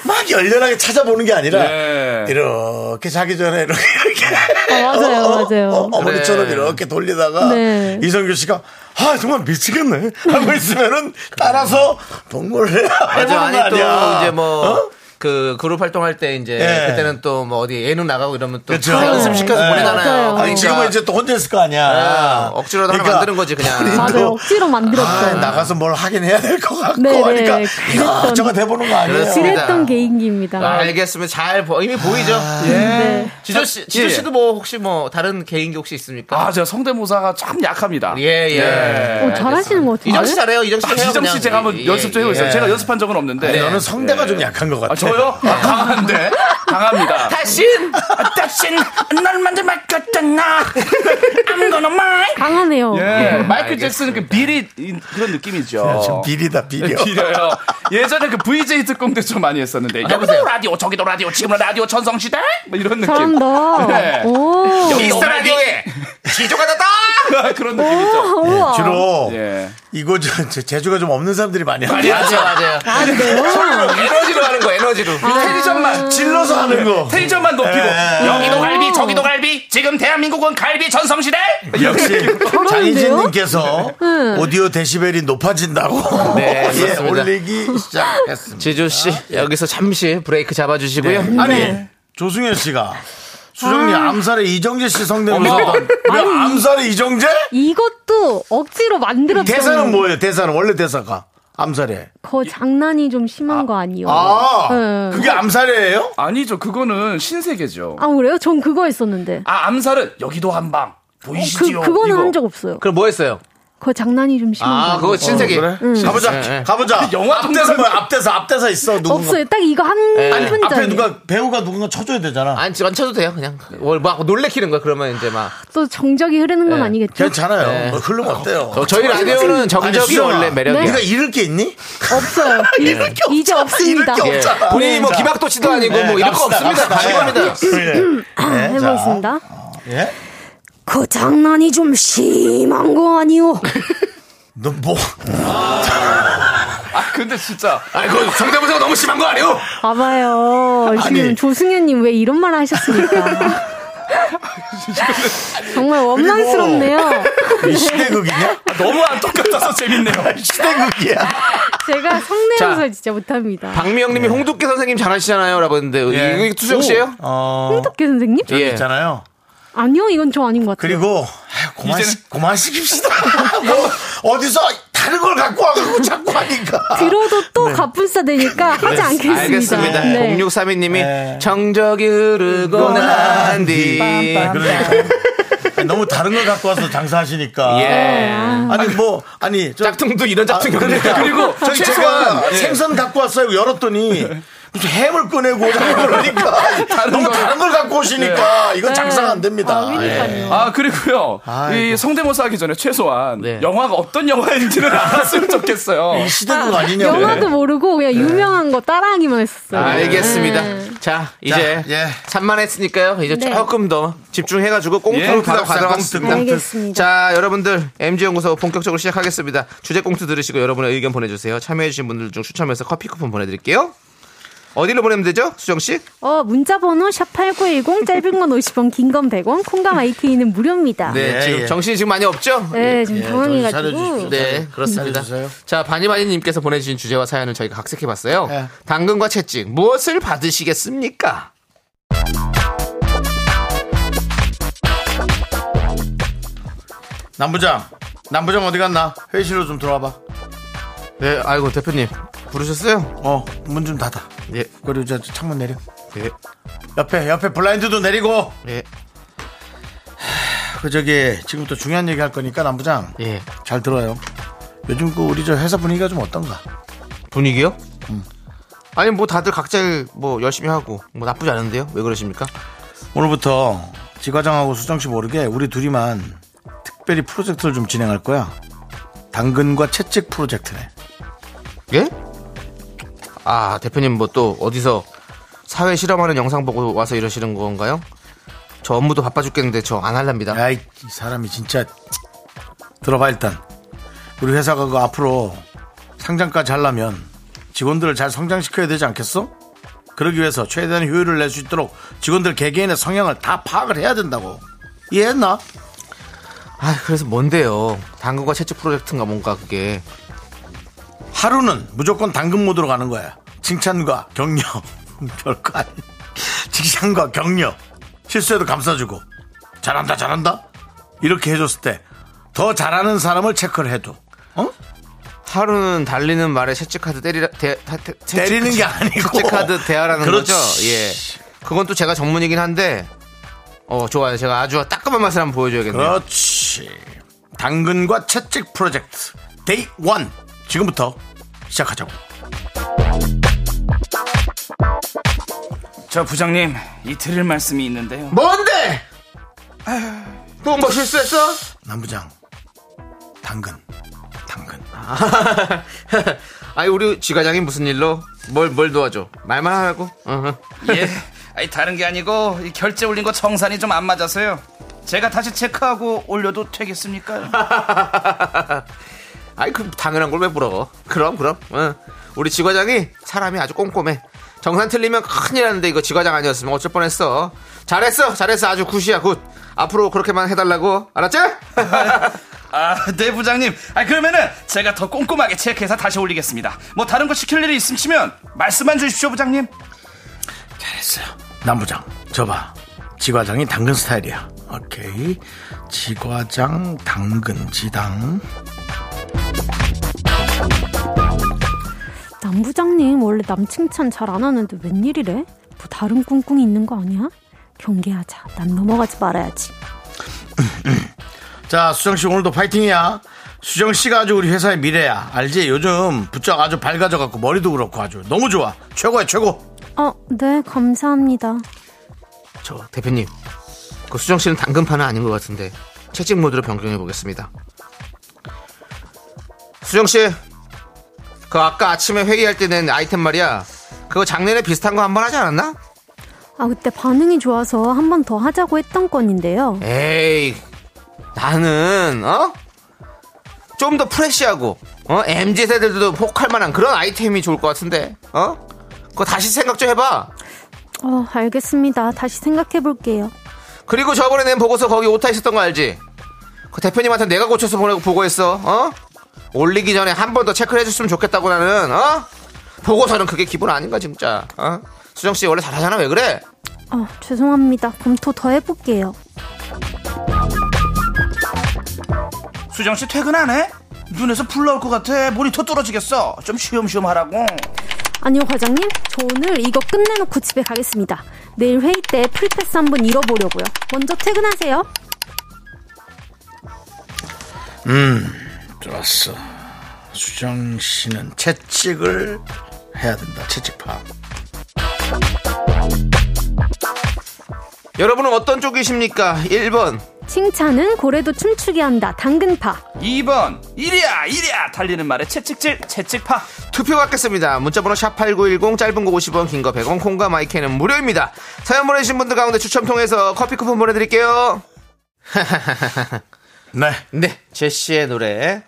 A: 막 열렬하게 찾아보는 게 아니라,
G: 네.
A: 이렇게 자기 전에 이렇게, 이렇게.
J: 아, 맞아요, 맞아요.
A: 어, 머니처럼
B: 그래.
A: 이렇게 돌리다가,
J: 네.
A: 이성규 씨가, 아, 정말 미치겠네. 하고 있으면은 따라서 동물을
B: 맞아.
A: 해보는
B: 아니,
A: 거
B: 또
A: 아니야.
B: 이제 뭐.
A: 어?
B: 그 그룹 활동할 때 이제
A: 예.
B: 그때는 또 뭐 어디 예능 나가고 이러면 또
A: 그쵸.
B: 연습 시켜서
A: 예.
B: 보내잖아요.
J: 맞아요.
A: 아니,
B: 그러니까
A: 지금은 이제 그러니까 또 혼자 있을 거
G: 네.
A: 아니야.
B: 아, 억지로라도 하나 만드는 거지, 그냥.
A: 본인도
J: 맞아요, 억지로
A: 아,
J: 만들었어요.
A: 나가서 뭘 하긴 해야 될 것 같고
J: 네, 네.
A: 하니까
J: 그랬던-
A: 이것저것 해보는 거 아니에요?
B: 그렇습니다.
J: 그랬던 개인기입니다.
B: 아, 알겠습니다. 잘 보, 이미 보이죠?
G: 아,
B: 예.
J: 네.
B: 지조 씨, 지조 씨도 뭐 혹시 뭐 다른 개인기 혹시 있습니까?
G: 예. 아, 제가 성대모사가 참 약합니다.
B: 예, 예.
J: 오, 어, 잘하시는 것 같아요.
B: 이정 씨 잘해요. 예, 이정 씨.
G: 아, 지정 씨 제가 한번 연습 좀 해보겠어요. 제가 연습한 적은 없는데.
A: 네, 너는 성대가 좀 약한 것 같아.
G: 아, 저요? 아, 강한데? 강합니다. 아,
B: 다신
G: 다신 널 만들 맡겼잖아. I'm gonna mind.
J: 강하네요.
G: 예, 마이클 잭슨 그 비리 그런 느낌이죠. 네,
A: 좀 비리다 비려.
G: 비려요. 예전에 그 VJ 특공 때 좀 많이 했었는데 여기도
B: 해보세요.
G: 라디오 저기도 라디오 지금은 라디오 전성시대 뭐 이런 느낌.
J: 잘한다.
G: 네.
J: 오.
B: 미스터 라디오에 지조가 났다.
G: 그런 느낌이죠.
J: 우와.
A: 주로
G: 예.
A: 이거 저, 저 재주가 좀 없는 사람들이 많이 하는
B: 맞아요, 맞아요.
J: 아, 그래요?
B: 에너지로 하는 거, 에너지로.
G: 텐션만
A: 아, 질러서
G: 네.
A: 하는 거.
G: 텐션만 높이고
A: 예.
G: 여기도 갈비 저기도 갈비 지금 대한민국은 갈비 전성시대.
A: 역시
J: 그러는데요? 네.
A: 장희진님께서 오디오 데시벨이 높아진다고
B: 네,
A: 예,
B: 그렇습니다.
A: 올리기 시작했습니다.
B: 지조 씨 여기서 잠시 브레이크 잡아주시고요.
G: 네.
A: 아니
B: 네.
A: 조승현 씨가 수정님
J: 아.
A: 암살의 이정재 씨 성대모사. 왜 암살의 이정재?
J: 이것도 억지로 만들었던
A: 대사는 뭐예요? 대사는 원래 대사가 암살의.
J: 거 장난이 좀 심한 거 아니요?
A: 아
J: 네.
A: 그게 암살이에요?
G: 아니죠. 그거는 신세계죠.
J: 아, 그래요? 전 그거 했었는데.
G: 아 암살은 여기도 한 방.
J: 그,
G: 보이시지요?
J: 그거는
G: 이거.
J: 한 적 없어요.
B: 그럼 뭐 했어요?
J: 거 장난이 좀 심한
B: 아,
J: 거.
G: 어,
J: 아니에요?
B: 그거 신세계.
A: 가보자,
B: 예, 예.
A: 가보자.
G: 영화
A: 앞대사
G: 정도는-
A: 뭐야? 앞대사, 앞대사 있어. 누군가.
J: 없어요. 딱 이거 한,
B: 네.
J: 한 문장.
A: 앞에 누가 배우가 누군가 쳐줘야 되잖아.
B: 아니, 안 쳐도 돼요, 그냥. 뭘 막 놀래키는 거야, 그러면 이제 막.
J: 또 정적이 흐르는
G: 네.
J: 건 아니겠죠?
A: 괜찮아요. 흘 흐름 어때요?
B: 네. 어, 저희 라디오는
A: 아니,
B: 정적이
A: 수정아,
B: 원래 매력이야.
A: 네가 잃을 게 있니?
J: 없어요.
A: 예.
J: 예. 이, 제 없습니다.
A: 이럴 게
B: 예.
A: 없잖아.
B: 본인이 뭐
A: 자,
B: 기막도 치도 아니고 뭐
G: 네,
B: 이럴 거
A: 갑시다,
B: 없습니다.
A: 갑시다.
B: 가는 겁니다.
J: 아,
A: 네,
J: 해보겠습니다.
A: 자, 예?
J: 그 장난이 좀 심한 거 아니요?
A: 너 뭐?
G: 아 근데 진짜
B: 아니, 그 성대모사가 너무 심한 거 아니에요?
J: 봐봐요. 지금
A: 아니.
J: 조승현님 왜 이런 말 하셨습니까? 정말 원망스럽네요.
A: 이 시대극이냐?
G: 아, 너무 안 똑같아서 재밌네요.
A: 시대극이야.
J: 제가 성내어서 진짜 못합니다.
B: 박미영 님이 홍두깨 선생님 잘하시잖아요. 라고 했는데,
G: 예.
B: 이거 수정 씨예요
A: 어,
J: 홍덕계 선생님?
B: 예.
A: 있잖아요.
J: 아니요, 이건 저 아닌 것 같아요.
A: 그리고 아유, 고만
G: 이제는-
A: 시, 고만 시킵시다. 뭐 어디서 다른 걸 갖고 와가지고 자꾸 하니까.
J: 들어도 또 갑분싸 되니까 하지 않겠습니다.
B: 알겠습니다.
J: 네.
B: 0632님이
A: 네.
B: 정적이 흐르고 난 뒤.
A: 그러니까. 너무 다른 걸 갖고 와서 장사하시니까.
B: 예.
A: 아니 뭐 아니 저
B: 짝퉁도 이런 짝퉁이 없네.
A: 그리고 저기
B: 예.
A: 제가 생선 갖고 왔어요. 열었더니 무슨 햄을 꺼내고 자꾸 그러니까 너무 다른 걸 갖고 오시니까
B: 네.
A: 이건 장사가 안 됩니다. 예.
J: 아, 그러니까요.
G: 아 그리고요 이 성대모사 하기 전에 최소한
B: 네.
G: 영화가 어떤 영화인지는 알았으면 좋겠어요.
A: 이 시대는 아니냐고. 예.
J: 영화도 네. 모르고 그냥 유명한 거 따라하기만 했었어요.
B: 알겠습니다.
J: 네.
B: 자, 이제
A: 예.
B: 산만했으니까요. 이제
J: 네.
B: 조금 더 집중해가지고 꽁트로
G: 예,
B: 바로
A: 꽁트다,
B: 가져갔습니다.
J: 꽁트. 알겠습니다.
B: 자, 여러분들 MG연구소 본격적으로 시작하겠습니다. 주제 꽁트 들으시고 여러분의 의견 보내주세요. 참여해주신 분들 중 추첨해서 커피 쿠폰 보내드릴게요. 어디로 보내면 되죠? 수정씨?
J: 어, 문자번호 샵8910, 짧은 건 50원, 긴 건 100원, 콩감 IT는 무료입니다. 네,
B: 네,
A: 예,
B: 지금
A: 예.
B: 정신이 지금 많이 없죠?
J: 지금
A: 정신
J: 당황해가지고.
B: 네, 그렇습니다.
A: 잘해주세요.
B: 자, 바니바니님께서 보내주신 주제와 사연을 저희가 각색해봤어요.
A: 예.
B: 당근과 채찍, 무엇을 받으시겠습니까?
A: 남부장 남부정 어디 갔나? 회의실로 좀 들어와봐.
B: 네, 아이고 대표님 부르셨어요?
A: 어, 문 좀 닫아.
B: 예,
A: 그리고 저 창문 내려.
B: 예,
A: 옆에 옆에 블라인드도 내리고.
B: 예,
A: 그 저기 지금부터 중요한 얘기 할 거니까 남부장
B: 예.
A: 잘 들어요. 요즘 그 우리 저 회사 분위기가 좀 어떤가?
B: 분위기요? 아니 뭐 다들 각자 일 뭐 열심히 하고 뭐 나쁘지 않은데요? 왜 그러십니까?
A: 오늘부터 지과장하고 수정 씨 모르게 우리 둘이만 특별히 프로젝트를 좀 진행할 거야. 당근과 채찍 프로젝트네.
B: 예? 아 대표님 뭐 또 어디서 사회 실험하는 영상 보고 와서 이러시는 건가요? 저 업무도 바빠 죽겠는데 저 안 할랍니다.
A: 아이 이 사람이 진짜 들어봐 일단 우리 회사가 그 앞으로 상장까지 하려면 직원들을 잘 성장시켜야 되지 않겠어? 그러기 위해서 최대한 효율을 낼 수 있도록 직원들 개개인의 성향을 다 파악을 해야 된다고 이해했나?
B: 아 그래서 뭔데요? 당근과 채찍 프로젝트인가 뭔가 그게
A: 하루는 무조건 당근 모드로 가는 거야. 칭찬과 격려. 별거 아니. 칭찬과 격려. 실수해도 감싸주고. 잘한다, 잘한다. 이렇게 해줬을 때 더 잘하는 사람을 체크를 해도. 어?
B: 하루는 달리는 말에 채찍하듯 때리라 대, 하- 대- 채찍-
A: 때리는 게 아니고.
B: 채찍하듯 대하라는
A: 그렇지.
B: 거죠. 예, 그건 또 제가 전문이긴 한데 어 좋아요. 제가 아주 따끔한 맛을 한번 보여줘야겠네요.
A: 그렇지. 당근과 채찍 프로젝트. 데이 원 지금부터 시작하자고.
G: 저 부장님 이 드릴 말씀이 있는데요.
B: 뭔데? 또 뭐 실수했어?
A: 남부장. 당근. 당근.
B: 아니 우리 지과장이 무슨 일로 뭘 뭘 도와줘? 말만 하라고? 어허.
G: 예. 아니 다른 게 아니고 이 결제 올린 거 정산이 좀 안 맞아서요. 제가 다시 체크하고 올려도 되겠습니까?
B: 아이 그 당연한 걸 왜 물어? 그럼 그럼. 어. 우리 지과장이 사람이 아주 꼼꼼해. 정산 틀리면 큰일 났는데 이거 지과장 아니었으면 어쩔 뻔했어. 잘했어 잘했어 아주 굿이야 굿. 앞으로 그렇게만 해달라고 알았지?
G: 아, 네 부장님. 아 그러면은 제가 더 꼼꼼하게 체크해서 다시 올리겠습니다. 뭐 다른 거 시킬 일이 있으시면 말씀만 주십시오, 부장님.
A: 잘했어요. 남부장, 저봐. 지과장이 당근 스타일이야. 오케이. 지과장, 당근, 지당.
J: 남부장님 원래 남 칭찬 잘 안 하는데 웬일이래? 뭐 다른 꿍꿍이 있는 거 아니야? 경계하자. 난 넘어가지 말아야지.
A: 자, 수정씨 오늘도 파이팅이야. 수정씨가 아주 우리 회사의 미래야. 알지? 요즘 부쩍 아주 밝아져갖고 머리도 그렇고 아주 너무 좋아. 최고야, 최고.
J: 어, 네, 감사합니다.
B: 저 대표님 그 수정 씨는 당근판은 아닌 것 같은데 채찍 모드로 변경해 보겠습니다. 수정 씨, 그 아까 아침에 회의할 때 낸 아이템 말이야. 그거 작년에 비슷한 거 한 번 하지 않았나?
J: 아, 그때 반응이 좋아서 한 번 더 하자고 했던
A: 네.
J: 건인데요.
B: 에이, 나는 어? 좀 더 프레시하고 어 mz 세대들도 혹할 만한 그런 아이템이 좋을 것 같은데 어? 그거 다시 생각 좀 해봐.
J: 어, 알겠습니다. 다시 생각해 볼게요.
B: 그리고 저번에 낸 보고서 거기 오타 있었던 거 알지? 그 대표님한테 내가 고쳐서 보내고 보고했어. 어? 올리기 전에 한 번 더 체크를 해줬으면 좋겠다고 나는. 어? 보고서는 그게 기본 아닌가 진짜. 어? 수정 씨 원래 잘하잖아 왜 그래?
J: 어, 죄송합니다. 검토 더 해볼게요.
G: 수정 씨 퇴근 안 해? 눈에서 불 나올 것 같아. 모니터 떨어지겠어. 좀 쉬엄쉬엄 하라고.
J: 아니요, 과장님. 저 오늘 이거 끝내놓고 집에 가겠습니다. 내일 회의 때 프리패스 한 번 잃어보려고요. 먼저 퇴근하세요.
A: 좋았어. 수정씨는 채찍을 해야 된다. 채찍파.
B: 여러분은 어떤 쪽이십니까? 1번,
J: 칭찬은 고래도 춤추게 한다. 당근파.
G: 2번. 이리야, 이리야. 달리는 말에 채찍질, 채찍파.
B: 투표 받겠습니다. 문자번호 샵8910 짧은 거 50원 긴 거 100원 콩과 마이크는 무료입니다. 사연 보내주신 분들 가운데 추첨 통해서 커피 쿠폰 보내드릴게요.
A: 네.
B: 네 제시의 노래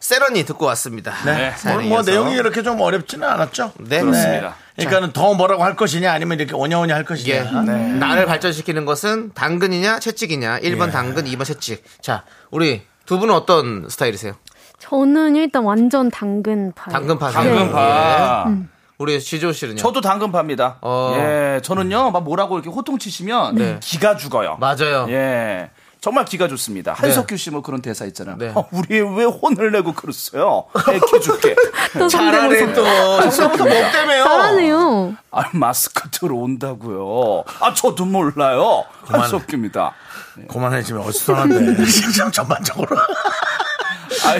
B: 세런이 듣고 왔습니다.
A: 네.
B: 사연에
A: 뭐, 뭐
B: 이어서.
A: 내용이 그렇게 좀 어렵지는 않았죠?
B: 네. 그렇습니다.
A: 그러니까는 더 뭐라고 할 것이냐 아니면 이렇게 오냐오냐 아, 할
B: 이게
A: 것이냐.
B: 예. 나를 발전시키는 것은 당근이냐 채찍이냐 1번
A: 예.
B: 당근 2번 채찍 자 우리 두 분은 어떤 스타일이세요?
J: 저는 일단 완전 당근파.
B: 당근파 예.
G: 당근파.
B: 우리 지조 씨는요?
G: 저도 당근파입니다.
B: 어.
G: 예, 저는요, 막 뭐라고 이렇게 호통치시면 기가 죽어요.
B: 맞아요
G: 예. 정말 기가 좋습니다. 한석규 씨 뭐 그런 대사 있잖아요. 아, 우리 왜 혼을 내고 그랬어요? 애켜줄게.
J: 또 잘하네,
A: 또.
G: 죄송합니다.
A: 뭐 때문에요?
J: 잘하네요.
G: 아, 마스크 들어온다고요. 아, 저도 몰라요. 한석규입니다.
A: 그만해지면 어수선한데. 시장 전반적으로.
G: 아,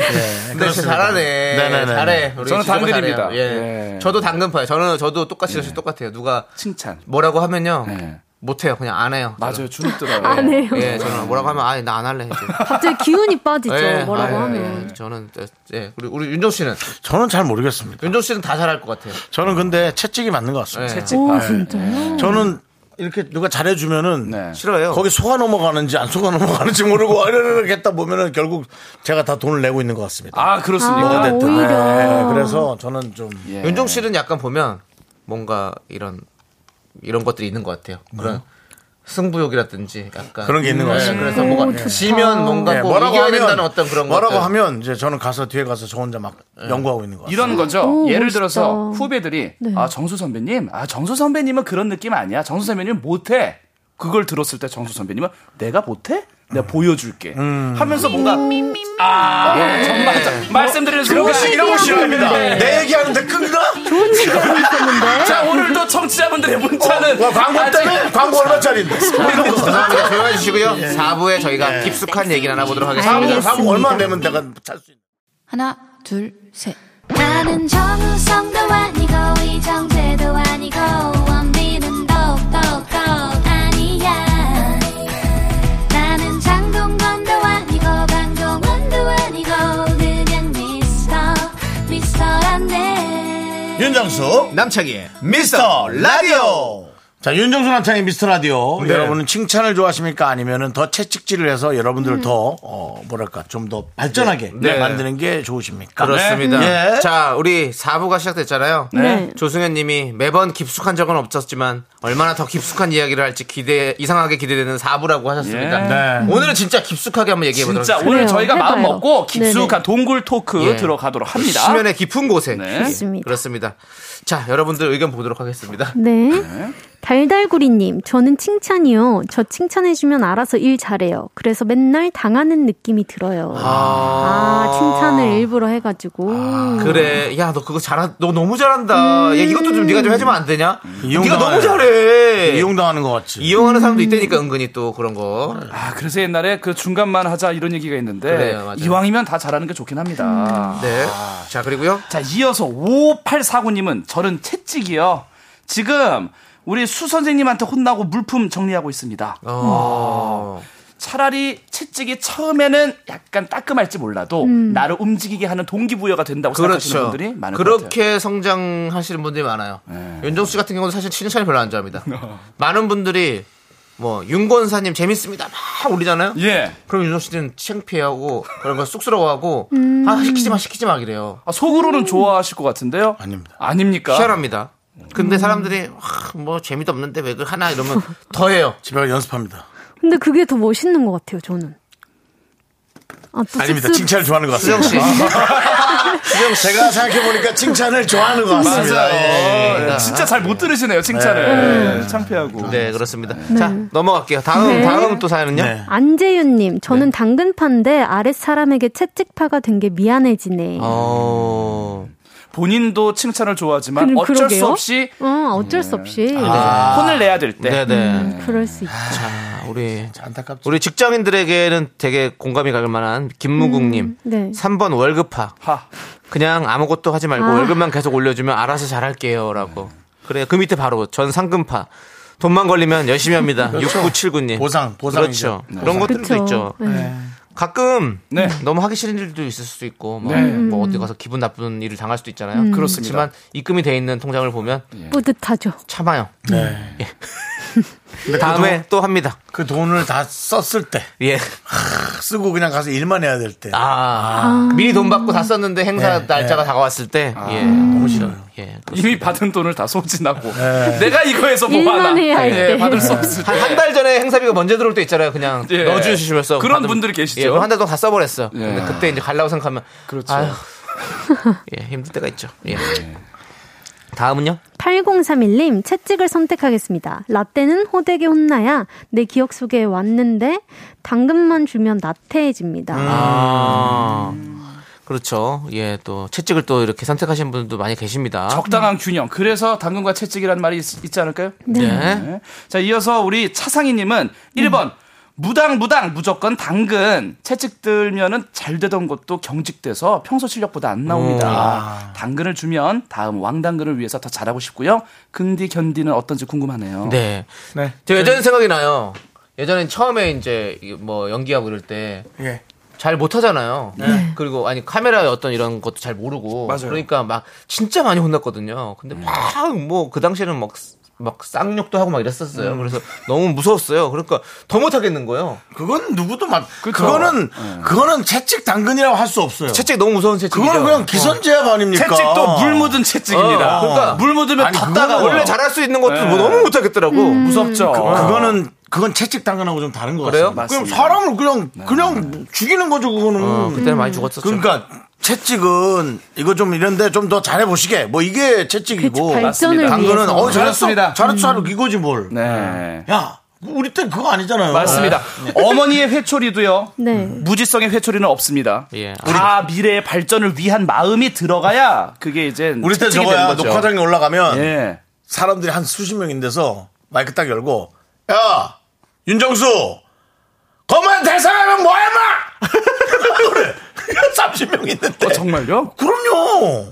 B: 근데 진짜 잘하네.
A: 네네네.
B: 잘해. 우리
G: 저는
B: 지조가
G: 당근입니다.
B: 잘해요. 예.
G: 예.
B: 저도 당근파예요. 저는 저도 똑같이 역시 똑같아요. 누가
G: 칭찬.
B: 뭐라고 하면요.
G: 네.
B: 못해요. 그냥 안 해요.
G: 맞아요. 주눅들어요.
J: 안 해요.
B: 예, 저는 뭐라고 하면 아니 나 안 할래. 이제.
J: 네. 갑자기 기운이 빠지죠.
B: 예,
J: 네. 뭐라고
B: 아, 예,
J: 하면.
B: 예. 저는 예, 우리 우리 윤정 씨는
A: 저는 잘 모르겠습니다.
B: 윤정 씨는 다 잘할 것 같아요.
A: 저는 근데 채찍이 맞는 것
B: 예.
A: 같습니다.
J: 오, 진짜요?
A: 저는 이렇게 누가 잘해주면은
G: 네.
B: 싫어요.
A: 거기 속아 넘어가는지 안 속아 넘어가는지 모르고 이렇게 했다 보면은 결국 제가 다 돈을 내고 있는 것 같습니다.
G: 아, 그렇습니까?
J: 아,
G: 네.
J: 오히려.
A: 네, 그래서 저는 좀
G: 예.
B: 윤종 씨는 약간 보면 뭔가 이런 이런 것들이 있는 것 같아요. 그런 승부욕이라든지 약간
A: 그런 게 있는 것
B: 네,
A: 같습니다.
B: 그래서 뭔가
J: 음, 좋다.
B: 지면 뭔가
A: 네,
B: 꼭뭐 이겨야 된다는 어떤 그런
A: 뭐라고
B: 것들. 예.
A: 하면 이제 저는 가서 뒤에 가서 저 혼자 막 연구하고 있는 것 같아요.
G: 이런 거죠.
J: 오,
G: 예를
J: 멋있다. 네.
G: 들어서 후배들이 아 정수 선배님, 아 정수 선배님은 그런 느낌 아니야. 정수 선배님 못해. 그걸 들었을 때 정수 선배님은 내가 못해?
B: 음.
G: 내가 보여줄게. 하면서 뭔가 아 정말
B: 네.
G: 말씀드리는 순간 이런 거 싫어합니다. 네.
A: 내 얘기하는데 끊나?
G: 자 오늘도
B: 어,
G: 청취자분들의 문자는
A: 와뭐 광고
G: 아직
A: 때문에 광고 얼마짜리인데?
B: 죄송합니다. 조용해 주시고요.
A: 예.
B: 4부에 저희가 깊숙한 얘기를 나눠보도록 하겠습니다.
J: 알겠습니다.
A: 광고 얼마 내면 내가 찰수 있는?
H: 하나, 둘, 셋. 나는 정우성도 아니고, 이정재도 아니고, 원빈은 더욱더 아니야. 나는 장동건도 아니고, 강동원도 아니고, 그냥 미스터, 미스터란데.
A: 네. 윤정수
B: 남창희의
A: 미스터 라디오. 자 윤정수 남창의 미스터 라디오.
B: 네.
A: 여러분은 칭찬을 좋아하십니까? 아니면은 더 채찍질을 해서 여러분들을 더 어, 뭐랄까 좀 더 발전하게
B: 음. 네.
A: 만드는 게 좋으십니까?
B: 그렇습니다.
A: 네. 예.
B: 자, 우리 4부가 시작됐잖아요.
J: 네.
B: 조승현 님이 매번 깊숙한 적은 없었지만 얼마나 더 깊숙한 이야기를 할지 기대 이상하게 기대되는 4부라고 하셨습니다.
A: 네.
B: 오늘은 진짜 깊숙하게 한번 얘기해 보도록
G: 진짜
B: 하겠습니다.
G: 오늘
J: 그래요.
G: 저희가 마음
J: 해봐요.
G: 먹고 깊숙한 동굴 토크
B: 네, 예.
G: 들어가도록 합니다.
B: 수면의 깊은 곳에.
G: 네.
B: 예,
J: 그렇습니다.
B: 그렇습니다. 자, 여러분들 의견 보도록 하겠습니다.
J: 네. 달달구리님, 저는 칭찬이요. 저 칭찬해주면 알아서 일 잘해요. 그래서 맨날 당하는 느낌이 들어요. 아, 칭찬을 일부러 해가지고.
B: 아.
A: 아.
B: 그래, 야, 너 그거 잘한, 너 너무 잘한다. 야, 이것도 좀 네가 좀 해주면 안 되냐?
A: 음. 이용
B: 네가 너무
A: 당하네.
B: 잘해.
A: 이용당하는 음. 것 같지.
B: 하는 사람도 있다니까 은근히 또 그런 거.
G: 아 그래서 옛날에 그 중간만 하자 이런 얘기가 있는데
B: 그래요, 맞아요.
G: 이왕이면 다 잘하는 게 좋긴
J: 음.
G: 합니다.
B: 네.
A: 아.
B: 자, 그리고요.
G: 자, 이어서 5849님은 저는 채찍이요. 지금 우리 수 선생님한테 혼나고 물품 정리하고 있습니다.
A: 음.
B: 어.
G: 차라리 채찍이 처음에는 약간 따끔할지 몰라도
J: 음.
G: 나를 움직이게 하는 동기부여가 된다고 생각하시는
B: 그렇죠.
G: 분들이 많을 것 같아요. 네.
B: 그렇게 성장하시는 분들이 많아요. 윤정수 씨 같은 경우도 사실 칭찬을 별로 안 좋아합니다.
G: 어.
B: 많은 분들이 뭐 윤권사님 재밌습니다 막 올리잖아요.
G: 예.
B: 그럼 윤정수 씨는 창피하고 그런 거 쑥스러워하고 아 시키지 마 시키지 마 이래요.
G: 아,
J: 음.
G: 속으로는 좋아하실 것 같은데요?
A: 아닙니다.
G: 아닙니까?
B: 희한합니다.
G: 음.
B: 근데 사람들이 와, 뭐 재미도 없는데 왜 그 하나 이러면 더해요.
A: 집에 가서 연습합니다.
J: 근데 그게 더 멋있는 것 같아요, 저는. 아, 또
A: 아닙니다.
J: 씁쓸-
A: 칭찬을 좋아하는 것
B: 수정
A: 같습니다.
B: 씨.
A: 수정 씨. 제가 생각해 보니까 칭찬을 좋아하는 것 같습니다. 예.
G: 어, 진짜 잘 못 들으시네요, 칭찬을. 창피하고.
B: 네 그렇습니다. 자 넘어갈게요. 다음
J: 네.
B: 다음 또 사연은요.
A: 네.
J: 안재윤님, 저는 당근파인데 아랫사람에게 채찍파가 된 게 미안해지네.
B: 어.
G: 본인도 칭찬을 좋아하지만
J: 그럼
G: 어쩔
J: 그러게요.
G: 수 없이
J: 어, 어쩔 수 없이.
G: 혼을 내야 될 때.
B: 네네.
A: 아,
J: 음, 그럴 수 있죠.
B: 자 우리
A: 안타깝죠.
B: 우리 직장인들에게는 되게 공감이 갈 만한
A: 음.
B: 김무국님.
J: 네.
B: 3번 월급파.
G: 하.
B: 그냥 아무것도 하지 말고
J: 아.
B: 월급만 계속 올려주면 알아서 잘할게요. 라고. 그래. 그 밑에 바로 전 상금파. 돈만 걸리면 열심히 합니다. 6979님.
A: 보상, 보상이죠. 네.
B: 그렇죠. 그런 것들도
J: 그쵸.
B: 있죠.
J: 네.
B: 가끔
G: 네.
B: 너무 하기 싫은 일도 있을 수도 있고 뭐,
G: 네.
B: 뭐
J: 음.
B: 어디 가서 기분 나쁜 일을 당할 수도 있잖아요.
G: 그렇습니다.
B: 하지만 입금이 돼 있는 통장을 보면
J: 예. 뿌듯하죠.
B: 참아요. 그
A: 네. 근데
B: 다음에 또 합니다.
A: 그, 돈, 을다 썼을 때
B: 예.
A: 쓰고 그냥 가서 일만 해야 될 때.
B: 아, 미리 돈 받고 다 썼는데 행사
A: 네,
B: 날짜가
A: 네.
B: 다가왔을 때 예. 너무
A: 싫어요.
B: 예.
G: 이미 받은 돈을 다 소진하고
A: 네.
G: 내가 이거에서 뭐
J: 일만
G: 하나
J: 해야 네. 할
G: 예,
J: 때.
G: 받을 수 없을 때
B: 한한 달 전에 행사비가 먼저 들어올 때 있잖아요. 그냥
G: 예.
B: 넣어주시면서 예, 뭐
G: 그런 분들이 계시죠.
B: 한달 동안 다 써버렸어.
G: 예.
B: 근데 그때 이제 갈라고 생각하면
G: 그렇죠. 예.
B: 아휴, 예 힘들 때가 있죠. 예. 다음은요?
J: 8031님, 채찍을 선택하겠습니다. 라떼는 호되게 혼나야 내 기억 속에 왔는데, 당근만 주면 나태해집니다.
G: 음.
A: 음,
B: 아. 그렇죠. 예, 또 채찍을 또 이렇게 선택하신 분들도 많이 계십니다.
G: 적당한 균형. 그래서 당근과 채찍이라는 말이 있, 있지 않을까요?
B: 네.
G: 자, 이어서 우리 차상희님은 1번. 무당, 무당, 무조건 당근. 채찍 들면은 잘 되던 것도 경직돼서 평소 실력보다 안
B: 음.
A: 아.
G: 나옵니다. 당근을 주면 다음 왕당근을 위해서 더 잘하고 싶고요. 근디, 견디는 어떤지 궁금하네요.
B: 네. 저 예전 생각이 나요. 예전엔 처음에 이제 이뭐 연기하고 이럴 때
A: 예.
B: 잘 못하잖아요. 네. 그리고 아니 카메라의 어떤 이런 것도 잘 모르고
A: 맞아요.
B: 그러니까 막 진짜 많이 혼났거든요. 근데 막 뭐 그 당시에는 막 막 쌍욕도 하고 막 이랬었어요. 그래서 너무 무서웠어요. 그러니까 더 못하겠는 거예요.
A: 그건 누구도 막 그거는 그거는 채찍 당근이라고 할 수 없어요.
B: 채찍 너무 무서운 채찍이죠.
A: 그거는 그냥 기선제압 아닙니까?
G: 채찍도 물 묻은 채찍입니다.
B: 어, 그러니까
G: 물 묻으면
A: 그러니까. 아니,
G: 덥다가
A: 그거는
B: 원래
G: 원래
B: 잘할 수 있는 것도
G: 네.
B: 뭐 너무 못하겠더라고.
A: 음.
G: 무섭죠.
A: 어. 그거는 그건 채찍 당근하고 좀 다른 거
B: 그래요?
A: 같습니다.
G: 어. 맞습니다.
A: 사람을 그냥 그냥 죽이는 거죠 그거는.
B: 어, 그때는 많이 죽었었죠.
A: 그러니까 채찍은 이거 좀 이런데 좀 더 잘해 보시게. 뭐 이게 채찍이고
J: 그치, 발전을
A: 당근은
J: 위해서.
A: 어 잘했어,
G: 맞습니다.
A: 잘했어, 잘했어 이거지 뭘. 음.
G: 네.
A: 야 우리 때 그거 아니잖아요.
B: 네.
G: 맞습니다. 네. 어머니의 회초리도요.
J: 네.
G: 무지성의 회초리는 없습니다.
B: 예.
G: 다 미래의 발전을 위한 마음이 들어가야 그게 이제
A: 우리 때
G: 채찍이 되는
A: 저거야
G: 거죠.
A: 녹화장에 올라가면
G: 예.
A: 사람들이 한 수십 명인데서 마이크 딱 열고 야 윤정수 거만 대사하면 뭐야 마 그래 30명 있는데
G: 어, 정말요?
A: 그럼요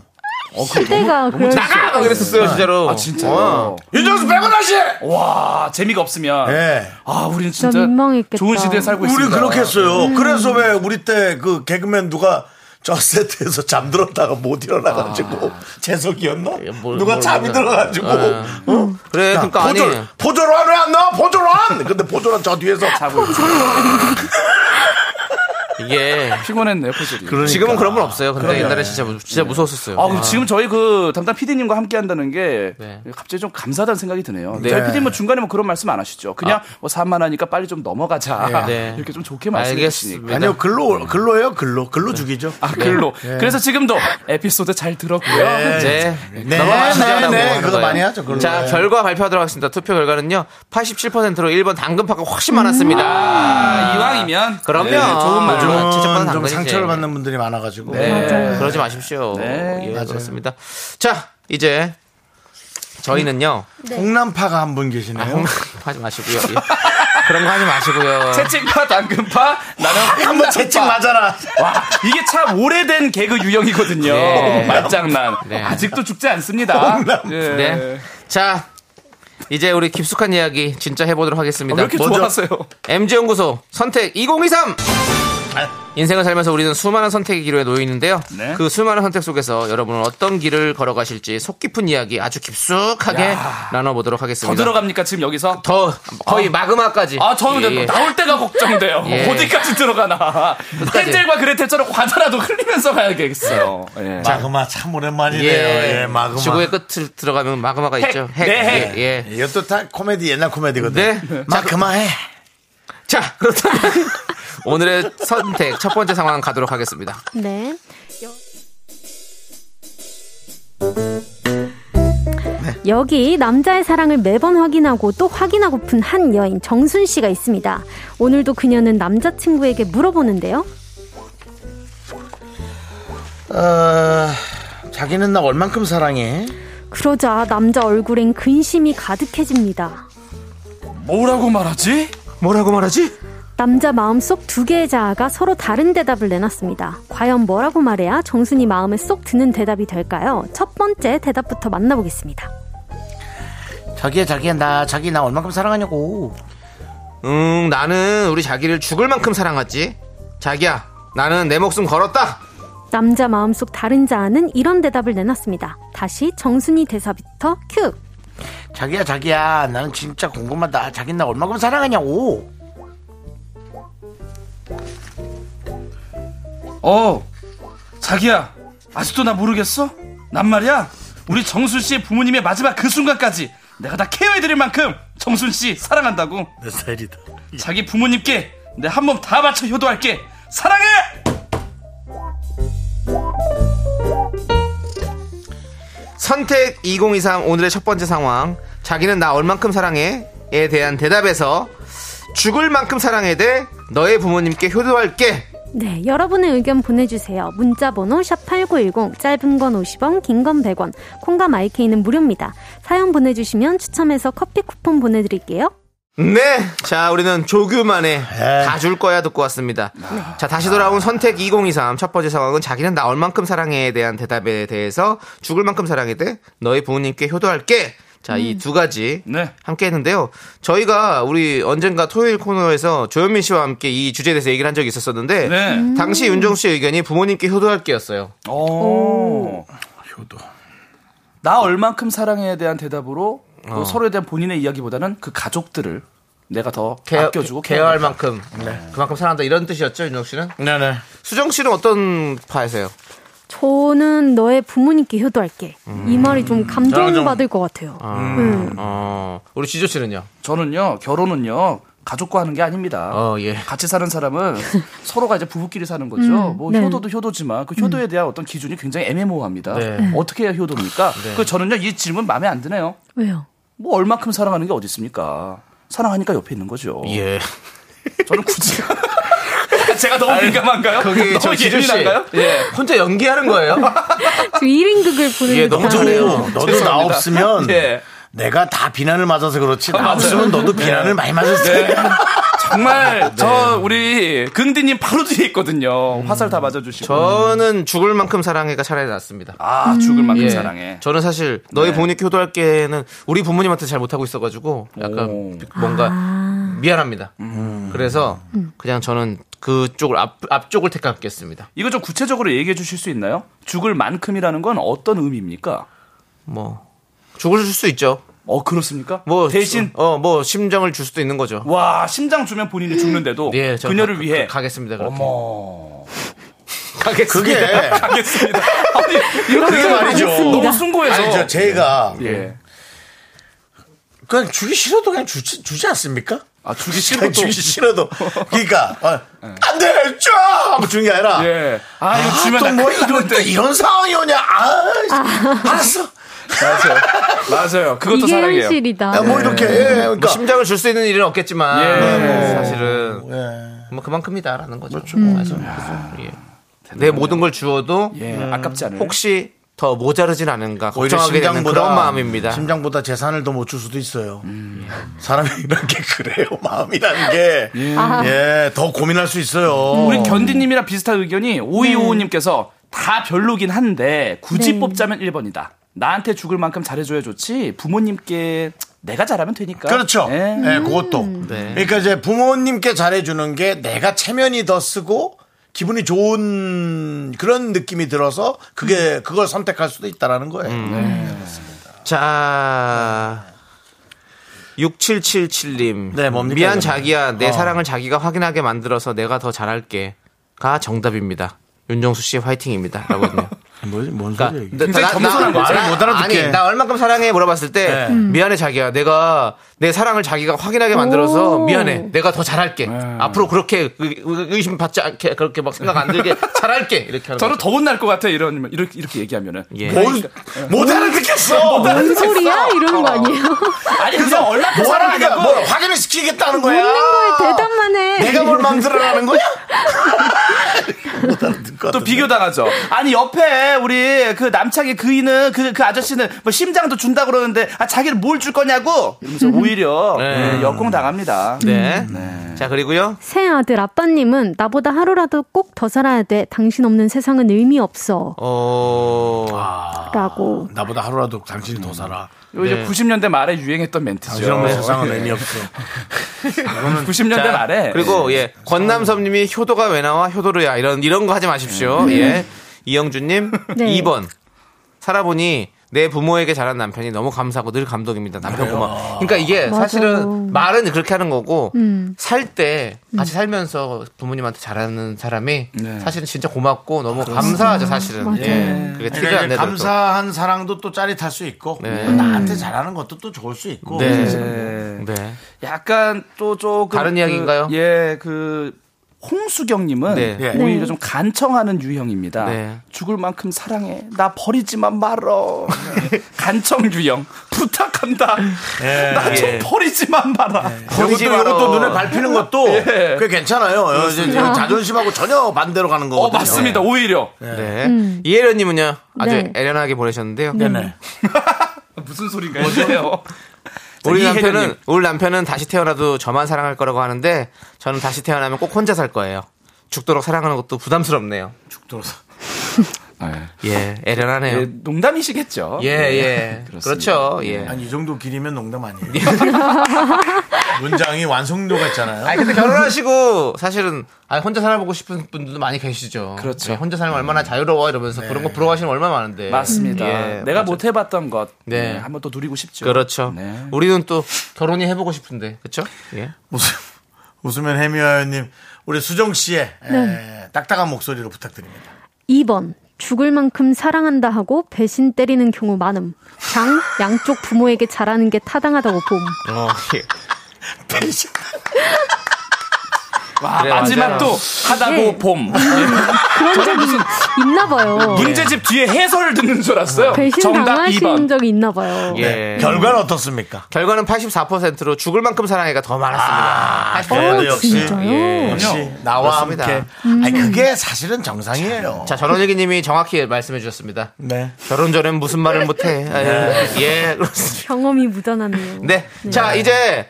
J: 시대가 그럴 수
B: 나가! 막 이랬었어요, 어. 진짜로.
G: 아 진짜.
B: 어.
G: 요
A: 윤정수 빼고 다시
G: 와 재미가 없으면.
A: 예.
B: 어,
G: 아 우리는
J: 진짜
G: 진짜
J: 민망했겠다.
G: 좋은 시대에 살고
A: 우리
G: 있습니다.
A: 그렇게 했어요
B: 음.
A: 그래서 왜 우리 때 그 개그맨 누가 저 세트에서 잠들었다가 못 일어나가지고 재석이었나?
B: 아. 뭘-
A: 누가
B: 뭘
A: 잠이
B: 몰라.
A: 들어가지고
B: 예.
A: 어?
B: 그래,
A: 야,
B: 그러니까 아니.
A: 포졸, 포졸원 왜안 나와? 포졸원! 근데 포졸원 저 뒤에서
B: 이게
G: 피곤했네요 포질이.
A: 그러니까.
B: 지금은 그런 건 없어요. 근데 옛날에 진짜 무- 진짜
A: 네.
B: 무서웠었어요.
G: 아, 그럼 지금 저희 그 담당 PD님과 함께 한다는 게
B: 네.
G: 갑자기 좀 감사하다는 생각이 드네요.
B: 네.
G: 저희 PD님은 중간에 뭐 그런 말씀 안 하시죠. 그냥 뭐 산만하니까 빨리 좀 넘어가자.
B: 네.
G: 이렇게 좀 좋게 말씀해 주시니까.
B: 알겠습니다.
A: 아니요 글로 글로예요 글로 글로 죽이죠
G: 아, 글로. 그래서 지금도 에피소드 잘 들었고요.
B: 네.
A: 네,
B: 넘어가시죠.
A: 네,
B: 라고
A: 네.
B: 하는
A: 그거
B: 거예요.
A: 많이 하죠, 그걸로.
B: 자,
A: 네.
B: 결과 발표하도록 하겠습니다. 투표 결과는요. 87%로 1번 당근파가 훨씬
A: 음.
B: 많았습니다.
G: 아, 이왕이면
B: 그럼요.
G: 네, 좋은 말로.
B: 요즘은 채찍보다
A: 좀
B: 당근이지.
A: 상처를 받는 분들이 많아가지고
B: 네, 그러지 마십시오.
G: 네,
B: 예, 그렇습니다. 자, 이제 저희는요.
A: 네. 아, 홍남파가 한 분 계시네요.
B: 하지 마시고요. 예. 그런 거 하지 마시고요.
G: 채찍파, 당근파,
B: 아,
G: 나는
A: 한번 채찍 맞아라.
G: 와, 이게 참 오래된 개그 유형이거든요.
B: 네.
G: 말장난.
B: 네.
G: 아직도 죽지 않습니다. 예.
B: 네. 자, 이제 우리 깊숙한 이야기 진짜 해보도록
G: 아,
B: 하겠습니다.
G: 왜 이렇게
B: 먼저
G: 좋아하세요?
B: MG연구소 선택 2023! 인생을 살면서 우리는 수많은 선택의 기로에 놓여 있는데요.
G: 아. 네.
B: 그 수많은 선택 속에서 여러분은 어떤 길을 걸어가실지 속 깊은 이야기 아주 깊숙하게 나눠보도록
G: 더
B: 하겠습니다.
G: 들어갑니까, 지금 여기서?
B: 더, 거의
G: 아.
B: 마그마까지.
G: 아, 저는
B: 예, 예.
G: 나올 때가 걱정돼요.
B: 예.
G: 어디까지 들어가나. 헨젤과 그레텔처럼 과자라도 흘리면서 가야겠어요.
B: 네.
G: 예.
A: 마그마 참 오랜만이네요. 예,
B: 예,
A: 마그마.
B: 지구의 끝을 들어가면 마그마가
G: 핵,
B: 있죠.
G: 네,
B: 예,
G: 핵.
B: 예.
A: 이것도 다 코미디 옛날 코미디거든.
B: 네.
A: 마 그만해.
B: 자, 그렇다면 오늘의 선택 첫 번째 상황 가도록 하겠습니다.
J: 네. 여기 남자의 사랑을 매번 확인하고 또 확인하고픈 한 여인 정순 씨가 있습니다. 오늘도 그녀는 남자친구에게 물어보는데요.
A: 어, 자기는 나 얼만큼 사랑해?
J: 그러자 남자 얼굴엔 근심이 가득해집니다.
G: 뭐라고 말하지?
B: 뭐라고 말하지?
J: 남자 마음속 두 개의 자아가 서로 다른 대답을 내놨습니다. 과연 뭐라고 말해야 정순이 마음에 쏙 드는 대답이 될까요? 첫 번째 대답부터 만나보겠습니다.
A: 자기야 자기야 나 자기 나 얼만큼 사랑하냐고.
B: 응, 나는 우리 자기를 죽을 만큼 사랑하지. 자기야, 나는 내 목숨 걸었다.
J: 남자 마음속 다른 자아는 이런 대답을 내놨습니다. 다시 정순이 대사부터 큐!
A: 자기야 자기야 나는 진짜 궁금하다. 자기 나 얼만큼 사랑하냐고.
G: 어, 자기야, 아직도 나 모르겠어? 난 말이야, 우리 정순 씨의 부모님의 마지막 그 순간까지 내가 다 케어해드릴 만큼 정순 씨 사랑한다고.
B: 네.
A: 내 스타일이다.
G: 자기 부모님께 내 한 몸 다 바쳐 효도할게. 사랑해!
B: 선택 2023 오늘의 첫 번째 상황. 자기는 나 얼만큼 사랑해?에 대한 대답에서 죽을 만큼 사랑해 대 너의 부모님께 효도할게.
J: 네, 여러분의 의견 보내주세요. 문자번호 샵8910, 짧은 건 50원, 긴 건 100원, 콩과 마이케이는 무료입니다. 사연 보내주시면 추첨해서 커피 쿠폰 보내드릴게요.
B: 네. 자, 우리는 조규만의
G: 예.
B: 다 줄 거야 듣고 왔습니다. 자, 다시 돌아온 선택 2023. 첫 번째 상황은 자기는 나 얼만큼 사랑해에 대한 대답에 대해서 죽을 만큼 사랑해 대 너희 부모님께 효도할게. 자, 이
G: 음.
B: 두 가지
G: 네.
B: 함께 했는데요. 저희가 우리 언젠가 토요일 코너에서 조현민 씨와 함께 이 주제에 대해서 얘기를 한 적이 있었었는데
G: 네.
B: 당시 윤정수 씨의 의견이 부모님께 효도할게였어요.
G: 오. 나 얼만큼 사랑해에 대한 대답으로 또
B: 어.
G: 서로에 대한 본인의 이야기보다는 그 가족들을 내가 더
B: 케어-
G: 아껴주고 네.
B: 케어할
G: 케어해줘.
B: 만큼 그만큼 사랑한다 이런 뜻이었죠, 윤정 씨는?
A: 네네.
B: 수정 씨는 어떤 파세요?
J: 저는 너의 부모님께 효도할게. 이 말이 좀 감동받을 것 같아요.
B: 아,
J: 음.
B: 어, 우리 지조 씨는요?
G: 저는요 결혼은요 가족과 하는 게 아닙니다.
B: 어, 예.
G: 같이 사는 사람은 서로가 이제 부부끼리 사는 거죠.
B: 음,
G: 뭐
B: 네.
G: 효도도 효도지만 그 효도에 대한 어떤 기준이 굉장히 애매모호합니다.
B: 네.
G: 어떻게 해야 효도입니까?
B: 네.
G: 그 저는요 이 질문 마음에 안 드네요.
J: 왜요?
G: 뭐 얼마큼 사랑하는 게 어디 있습니까? 사랑하니까 옆에 있는 거죠.
B: 예.
G: 저는 굳이 제가 너무
B: 아니,
G: 민감한가요?
B: 거기 저
G: 너무
B: 지조 씨
G: 예민한가요? 음.
B: 예. 혼자 연기하는 거예요?
J: 지금 1인극을 보는
A: 예, 너무
J: 듯한.
A: 잘해요. 너도 나 없으면
G: 아, 네. 예.
A: 내가 다 비난을 맞아서 그렇지. 나
G: 맞아요.
A: 없으면 너도 비난을
G: 네.
A: 많이 맞았을 텐데.
G: 네. 정말
B: 네.
G: 저 우리 긍디님 바로 뒤에 있거든요. 화살 다 맞아주시고.
B: 음. 저는 죽을 만큼 사랑해가 차라리 낫습니다. 예.
G: 아 네. 죽을
B: 음.
G: 만큼 사랑해.
B: 저는 사실 너희 부모님께 효도할게는 우리 부모님한테 잘 못하고 있어가지고 약간 뭔가 미안합니다.
G: 음.
B: 그래서 그냥 저는 그쪽을 앞, 앞쪽을 택하겠습니다.
G: 이거 좀 구체적으로 얘기해 주실 수 있나요? 죽을 만큼이라는 건 어떤 의미입니까?
B: 뭐 죽을 수 있죠.
G: 어 그렇습니까?
B: 뭐
G: 대신?
B: 어뭐 심장을 줄 수도 있는 거죠.
G: 와 심장 주면 본인이 죽는데도
B: 예, 저
G: 그녀를
B: 가-
G: 위해
B: 가- 가겠습니다. 그렇게.
G: 어머
A: 그게
G: 가겠습니다. 아니 이거
A: 그게 말이죠.
G: 너무 순고해서
A: 아니, 저 제가
G: 예.
A: 그냥 주기 싫어도 그냥 주지, 주지 않습니까?
G: 아 주기
A: 그냥
G: 싫어도
A: 주기 싫어도. 그러니까 어, 안 돼, 쫙 하고 주는 게 아니라.
G: 예. 아 이거 주면 나
A: 아또뭐
G: 큰일
A: 이런 또
G: 나는데.
A: 이런 상황이 오냐? 아, 알았어.
G: 맞아요. 맞아요. 그것도
J: 이게
G: 사랑이에요.
J: 현실이다.
A: 야, 뭐 이렇게 예, 그러니까
B: 뭐 심장을 줄 수 있는 일은 없겠지만
G: 예.
B: 뭐 사실은
A: 예. 그렇죠. 음.
B: 뭐 그만큼이다라는 거죠. 뭐 맞아요. 그래서, 예. 내 모든 걸 주어도
G: 예. 아깝지 않아요.
B: 혹시 더 모자르진 않은가
A: 오히려
B: 걱정하게 되는
A: 심장보다
B: 그런 마음입니다.
A: 심장보다 재산을 더 못 줄 수도 있어요. 사람이 이런 게 그래요. 마음이라는 게. 예, 더 고민할 수 있어요. 음.
G: 우리 견디님이랑 비슷한 의견이 오이오오님께서 다 별로긴 한데 굳이
J: 네.
G: 뽑자면 1번이다. 나한테 죽을 만큼 잘해줘야 좋지 부모님께 내가 잘하면 되니까.
A: 그렇죠.
G: 예.
A: 예, 그것도.
B: 네.
A: 그러니까 이제 부모님께 잘해주는 게 내가 체면이 더 쓰고 기분이 좋은 그런 느낌이 들어서 그게 그걸 선택할 수도 있다라는 거예요.
B: 음.
A: 네.
B: 자. 6777님.
A: 네, 뭡니까,
B: 미안
A: 이거는?
B: 자기야. 내
A: 어.
B: 사랑을 자기가 확인하게 만들어서 내가 더 잘할게. 가 정답입니다. 윤정수 씨의 화이팅입니다. 라고 했네요. 그러니까
A: 뭐지? 뭔 소리야 이게?
B: 굉장히
A: 겸손한 거지. 말을 못 알아듣게.
B: 아니, 나 얼만큼 사랑해 물어봤을 때
A: 네.
B: 음. 미안해 자기야. 내가 내 사랑을 자기가 확인하게 만들어서
J: 오.
B: 미안해. 내가 더 잘할게.
A: 네.
B: 앞으로 그렇게 의- 의- 의심받지 않게 그렇게 막 생각 안 들게 잘할게. 이렇게 하는
G: 저는 더
B: 거죠.
G: 혼날 것 같아 이런 이렇게 이렇게 얘기하면은.
B: 예.
A: 뭔, 못 알아듣겠어!
J: 뭔 소리야? 이런 거 아니에요?
G: 아니 그냥 얼마큼
A: 뭐 하라니까
G: 사랑하냐고.
A: 뭘 확인을 시키겠다는 거야.
J: 묻는 거에 대답만 해.
A: 내가 뭘 만들어라는 거야? 못 알아듣을 것
G: 또
A: 같은데.
G: 비교당하죠. 아니 옆에 우리 그 남창의 그이는 그 그 아저씨는 뭐 심장도 준다 그러는데 아 자기를 뭘 줄 거냐고 이러면서 오히려
B: 네.
G: 예, 역공 당합니다.
B: 네. 자, 그리고요.
J: 새 아들 아빠님은 나보다 하루라도 꼭 더 살아야 돼. 당신 없는 세상은 의미 없어.
B: 어.
A: 아.
J: 라고.
A: 나보다 하루라도 당신이 더 살아.
G: 이거 이제
B: 네.
G: 90년대 말에 유행했던
B: 음.
G: 멘트죠.
A: 당신은 세상은 의미 없어.
G: 90년대
B: 자,
G: 말에
B: 그리고 예 권남섭님이 효도가 왜 나와 효도로야 이런 이런 거 하지 마십시오. 예 이영준님
J: 음. 네.
B: 2번 살아보니 내 부모에게 잘한 남편이 너무 감사하고 늘 감동입니다.
A: 네.
B: 남편 고마워. 그러니까 이게
J: 맞아요.
B: 사실은 말은 그렇게 하는 거고
J: 음.
B: 살 때 같이 살면서 부모님한테 잘하는 사람이 사실은 진짜 고맙고 너무 감사하죠 사실은. 예. 그게
A: 네.
B: 티가
A: 그러니까 이제
B: 안 내도
A: 감사한 사랑도 또 짜릿할 수 있고
B: 네.
A: 또 나한테 잘하는 것도 또 좋을 수 있고
B: 네.
A: 사실은.
B: 네.
G: 약간 또 조금
B: 다른
G: 그-
B: 이야기인가요?
G: 예, 그 홍수경님은
B: 네.
G: 오히려
B: 네.
G: 좀 간청하는 유형입니다.
B: 네.
G: 죽을 만큼 사랑해. 나 버리지만 말어. 간청 유형. 부탁한다.
B: 네.
A: 예.
G: 나 좀
A: 예.
G: 버리지만 말아.
A: 버리지 요것도- 말어. 요것도 눈에 밟히는 것도
B: 예.
A: 그게 괜찮아요.
B: 그렇습니다.
A: 자존심하고 전혀 반대로
B: 어,
A: 가는 거거든요.
B: 맞습니다.
G: 어, 오히려.
B: 네.
A: 음.
B: 이혜련님은요 아주
A: 네.
B: 애련하게 보내셨는데요.
A: 네네.
G: 무슨 소린가요? 뭐죠?
B: 네. 우리
G: 이혜련님.
B: 남편은 우리 남편은 다시 태어나도 저만 사랑할 거라고 하는데 저는 다시 태어나면 꼭 혼자 살 거예요. 죽도록 사랑하는 것도 부담스럽네요.
A: 죽도록. 사-
B: 예, 애련하네요.
G: 예, 농담이시겠죠.
B: 예, 예.
G: 네. 그렇습니다. 네.
B: 그렇죠. 예.
A: 아니 이 정도 길이면 농담 아니에요.
B: 네.
A: 문장이 완성도가 있잖아요.
B: 아니 근데 결혼하시고 사실은 아 혼자 살아보고 싶은 분들도 많이 계시죠. 그렇죠. 혼자 살면 얼마나 자유로워 이러면서 그런 거 부러워하시는 얼마나 많은데.
G: 네. 맞습니다.
B: 예,
G: 내가 못 해봤던 것
B: 네.
G: 네, 한번 또 누리고 싶죠.
B: 그렇죠.
G: 네.
B: 우리는 또 결혼이 해보고 싶은데, 그렇죠? 예.
A: 웃음, 웃으면 해미아연님 우리 수정 씨의
J: 네.
A: 에, 딱딱한 목소리로 부탁드립니다.
J: 2번. 죽을 만큼 사랑한다 하고 배신 때리는 경우 많음. 장, 양쪽 부모에게 잘하는 게 타당하다고 봄.
B: 어, 예.
A: 배신.
G: 와
B: 그래,
G: 마지막
B: 맞아요.
G: 또 하다고
J: 예.
G: 봄.
J: 그런 적이 있나 봐요.
G: 문제집 뒤에 해설을 듣는 줄 알았어요.
J: 배신
G: 정답
J: 당하신
G: 2번.
J: 적이 있나 봐요.
G: 네.
B: 예.
A: 결과는 어떻습니까?
B: 결과는 84%로 죽을 만큼 사랑해가 더 많았습니다.
A: 아,
B: 80%.
A: 그래도
J: 어,
A: 역시
J: 진짜요?
B: 예.
A: 역시 나와
B: 그렇습니다.
A: 함께. 아니 그게 사실은 정상이에요.
B: 자, 전원일기님이 정확히 말씀해 주셨습니다.
A: 네.
B: 결혼 전엔 무슨 말을 못해. 아, 예, 예, 그렇습니다.
J: 경험이 묻어나네요.
B: 네. 자, 이제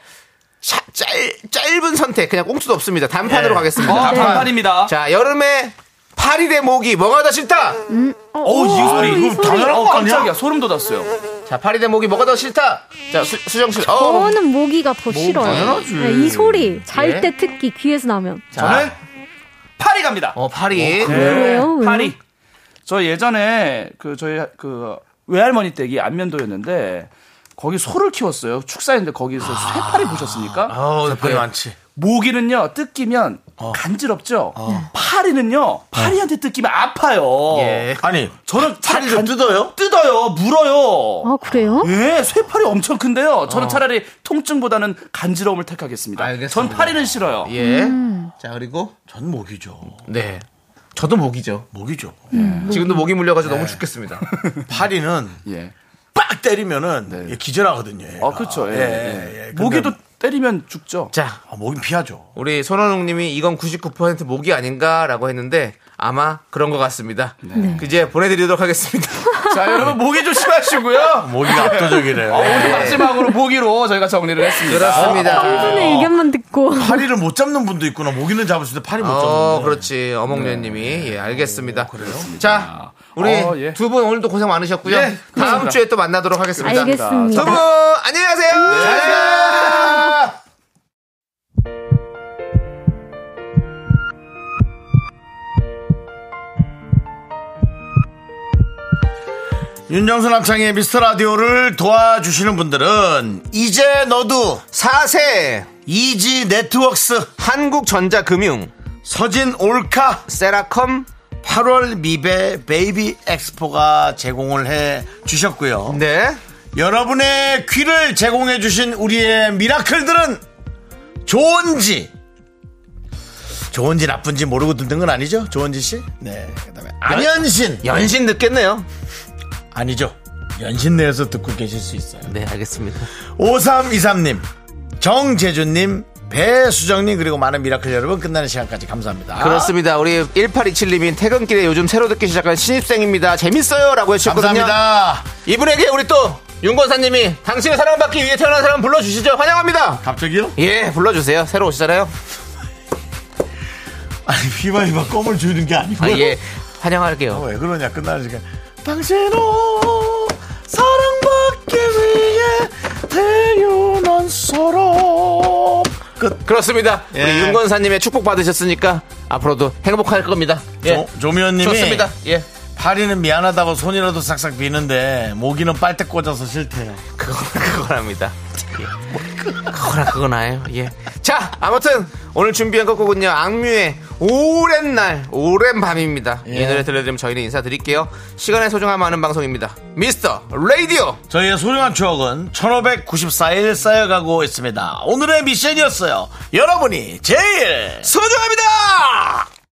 B: 샤- 짧, 짧은 선택. 그냥 꽁투도 없습니다. 단판으로
A: 예.
B: 가겠습니다.
G: 아,
J: 네.
B: 단판.
G: 반팔입니다.
B: 자, 여름에 파리 대 모기. 뭐가 더 싫다?
A: 어우 이 소리 이거 당연한
G: 어,
A: 거 아니야?
G: 깜짝이야. 소름 돋았어요.
B: 자, 파리 대 모기. 뭐가 더 싫다? 자, 수, 수정 씨. 어.
J: 저는 모기가 더 싫어요.
A: 뭐, 당연하지.
J: 네, 이 소리 잘
B: 예.
J: 때 특히 귀에서 나면.
A: 아.
B: 자,
G: 저는 파리 갑니다. 네.
B: 어, 파리.
J: 왜요? 왜요?
G: 파리. 저 예전에 그 저희 그 외할머니 댁이 안면도였는데 거기 소를 키웠어요. 축사했는데 거기서 쇠파리 보셨습니까?
A: 어우 별이 많지.
G: 모기는요 뜯기면
A: 어.
G: 간지럽죠. 파리는요 파리한테 뜯기면 아파요.
B: 예.
A: 어, 아니
G: 저는
A: 팔이 좀
G: 간-
A: 뜯어요?
G: 뜯어요, 물어요.
J: 아 그래요?
G: 예, 쇠팔이 엄청 큰데요. 저는 차라리 통증보다는 간지러움을 택하겠습니다.
B: 알겠습니다.
G: 전 파리는 싫어요.
B: 예. 자, 그리고
A: 전 목이죠.
B: 네. 저도 모기죠.
A: 목이죠.
B: 지금도 모기 물려가지고 너무 죽겠습니다.
A: 파리는
G: 예.
A: 빡 때리면은 얘 기절하거든요. 얘가.
G: 아, 그렇죠. 예.
A: 예,
G: 예.
A: 예. 근데-
G: 모기도 때리면 죽죠.
B: 자,
A: 아, 목이 피하죠.
B: 우리 손원웅님이 이건 99% 모기 아닌가라고 했는데 아마 그런 것 같습니다.
G: 네.
B: 그 이제 보내드리도록 하겠습니다.
G: 자, 여러분 모기 조심하시고요.
A: 목이 압도적이래요.
G: 어, 오늘 마지막으로 모기로 저희가 정리를 했습니다.
B: 그렇습니다.
J: 네, 분의 의견만 듣고.
A: 파리를 못 잡는 분도 있구나. 모기는 잡을 수 있는데 파리 못
B: 어,
A: 잡는. 분.
B: 그렇지. 어몽련님이
G: 네.
B: 예, 알겠습니다. 자, 우리
G: 어, 예.
B: 두 분 오늘도 고생 많으셨고요.
G: 예,
B: 다음
G: 그렇습니다.
B: 주에 또 만나도록 하겠습니다.
J: 알겠습니다.
B: 두 분 안녕히 가세요.
G: 네.
B: 잘가요
A: 윤정수 남창의 미스터 라디오를 도와주시는 분들은 이제 너도
B: 4세
A: 이지 네트웍스
B: 한국전자금융
A: 서진 올카
B: 세라컴
A: 8월 미베 베이비 엑스포가 제공을 해 주셨고요.
B: 네.
A: 여러분의 귀를 제공해 주신 우리의 미라클들은 좋은지 좋은지 나쁜지 모르고 듣는 건 아니죠? 좋은지 씨? 네. 그다음에 안현신
B: 연신 늦겠네요.
A: 아니죠. 연신 내에서 듣고 계실 수 있어요.
B: 네, 알겠습니다.
A: 5323님, 정재준님, 배수정님, 그리고 많은 미라클 여러분, 끝나는 시간까지 감사합니다.
B: 아. 그렇습니다. 우리 1827님인 퇴근길에 요즘 새로 듣기 시작한 신입생입니다. 재밌어요. 라고 해주셨거든요.
A: 감사합니다.
B: 이분에게 우리 또 윤건사님이 당신의 사랑받기 위해 태어난 사람 불러주시죠. 환영합니다.
A: 갑자기요?
B: 예, 불러주세요. 새로 오시잖아요.
A: 아니, 휘바휘바 껌을 주는 게 아니고.
B: 아, 예.
A: 어,
B: 환영할게요.
A: 왜 그러냐, 끝나는 시간. 당신은 사랑받기 위해 태어난 사람. 끝.
B: 그렇습니다. 우리
A: 예.
B: 윤건사님의 축복 받으셨으니까 앞으로도 행복할 겁니다. 예.
A: 조- 조미연님이
B: 좋습니다. 예.
A: 파리는 미안하다고 손이라도 싹싹 비는데 모기는 빨대 꽂아서 싫대요.
B: 그건 그거랍니다. 예. 그거나 그거나요. 예. 자, 아무튼 오늘 준비한 곡곡은요. 악뮤의 오랜 날, 오랜 밤입니다. 이 노래 들려드리면 저희는 인사드릴게요. 시간의 소중함 아는 방송입니다. 미스터 라디오!
A: 저희의 소중한 추억은 1594일 쌓여가고 있습니다. 오늘의 미션이었어요. 여러분이 제일
B: 소중합니다!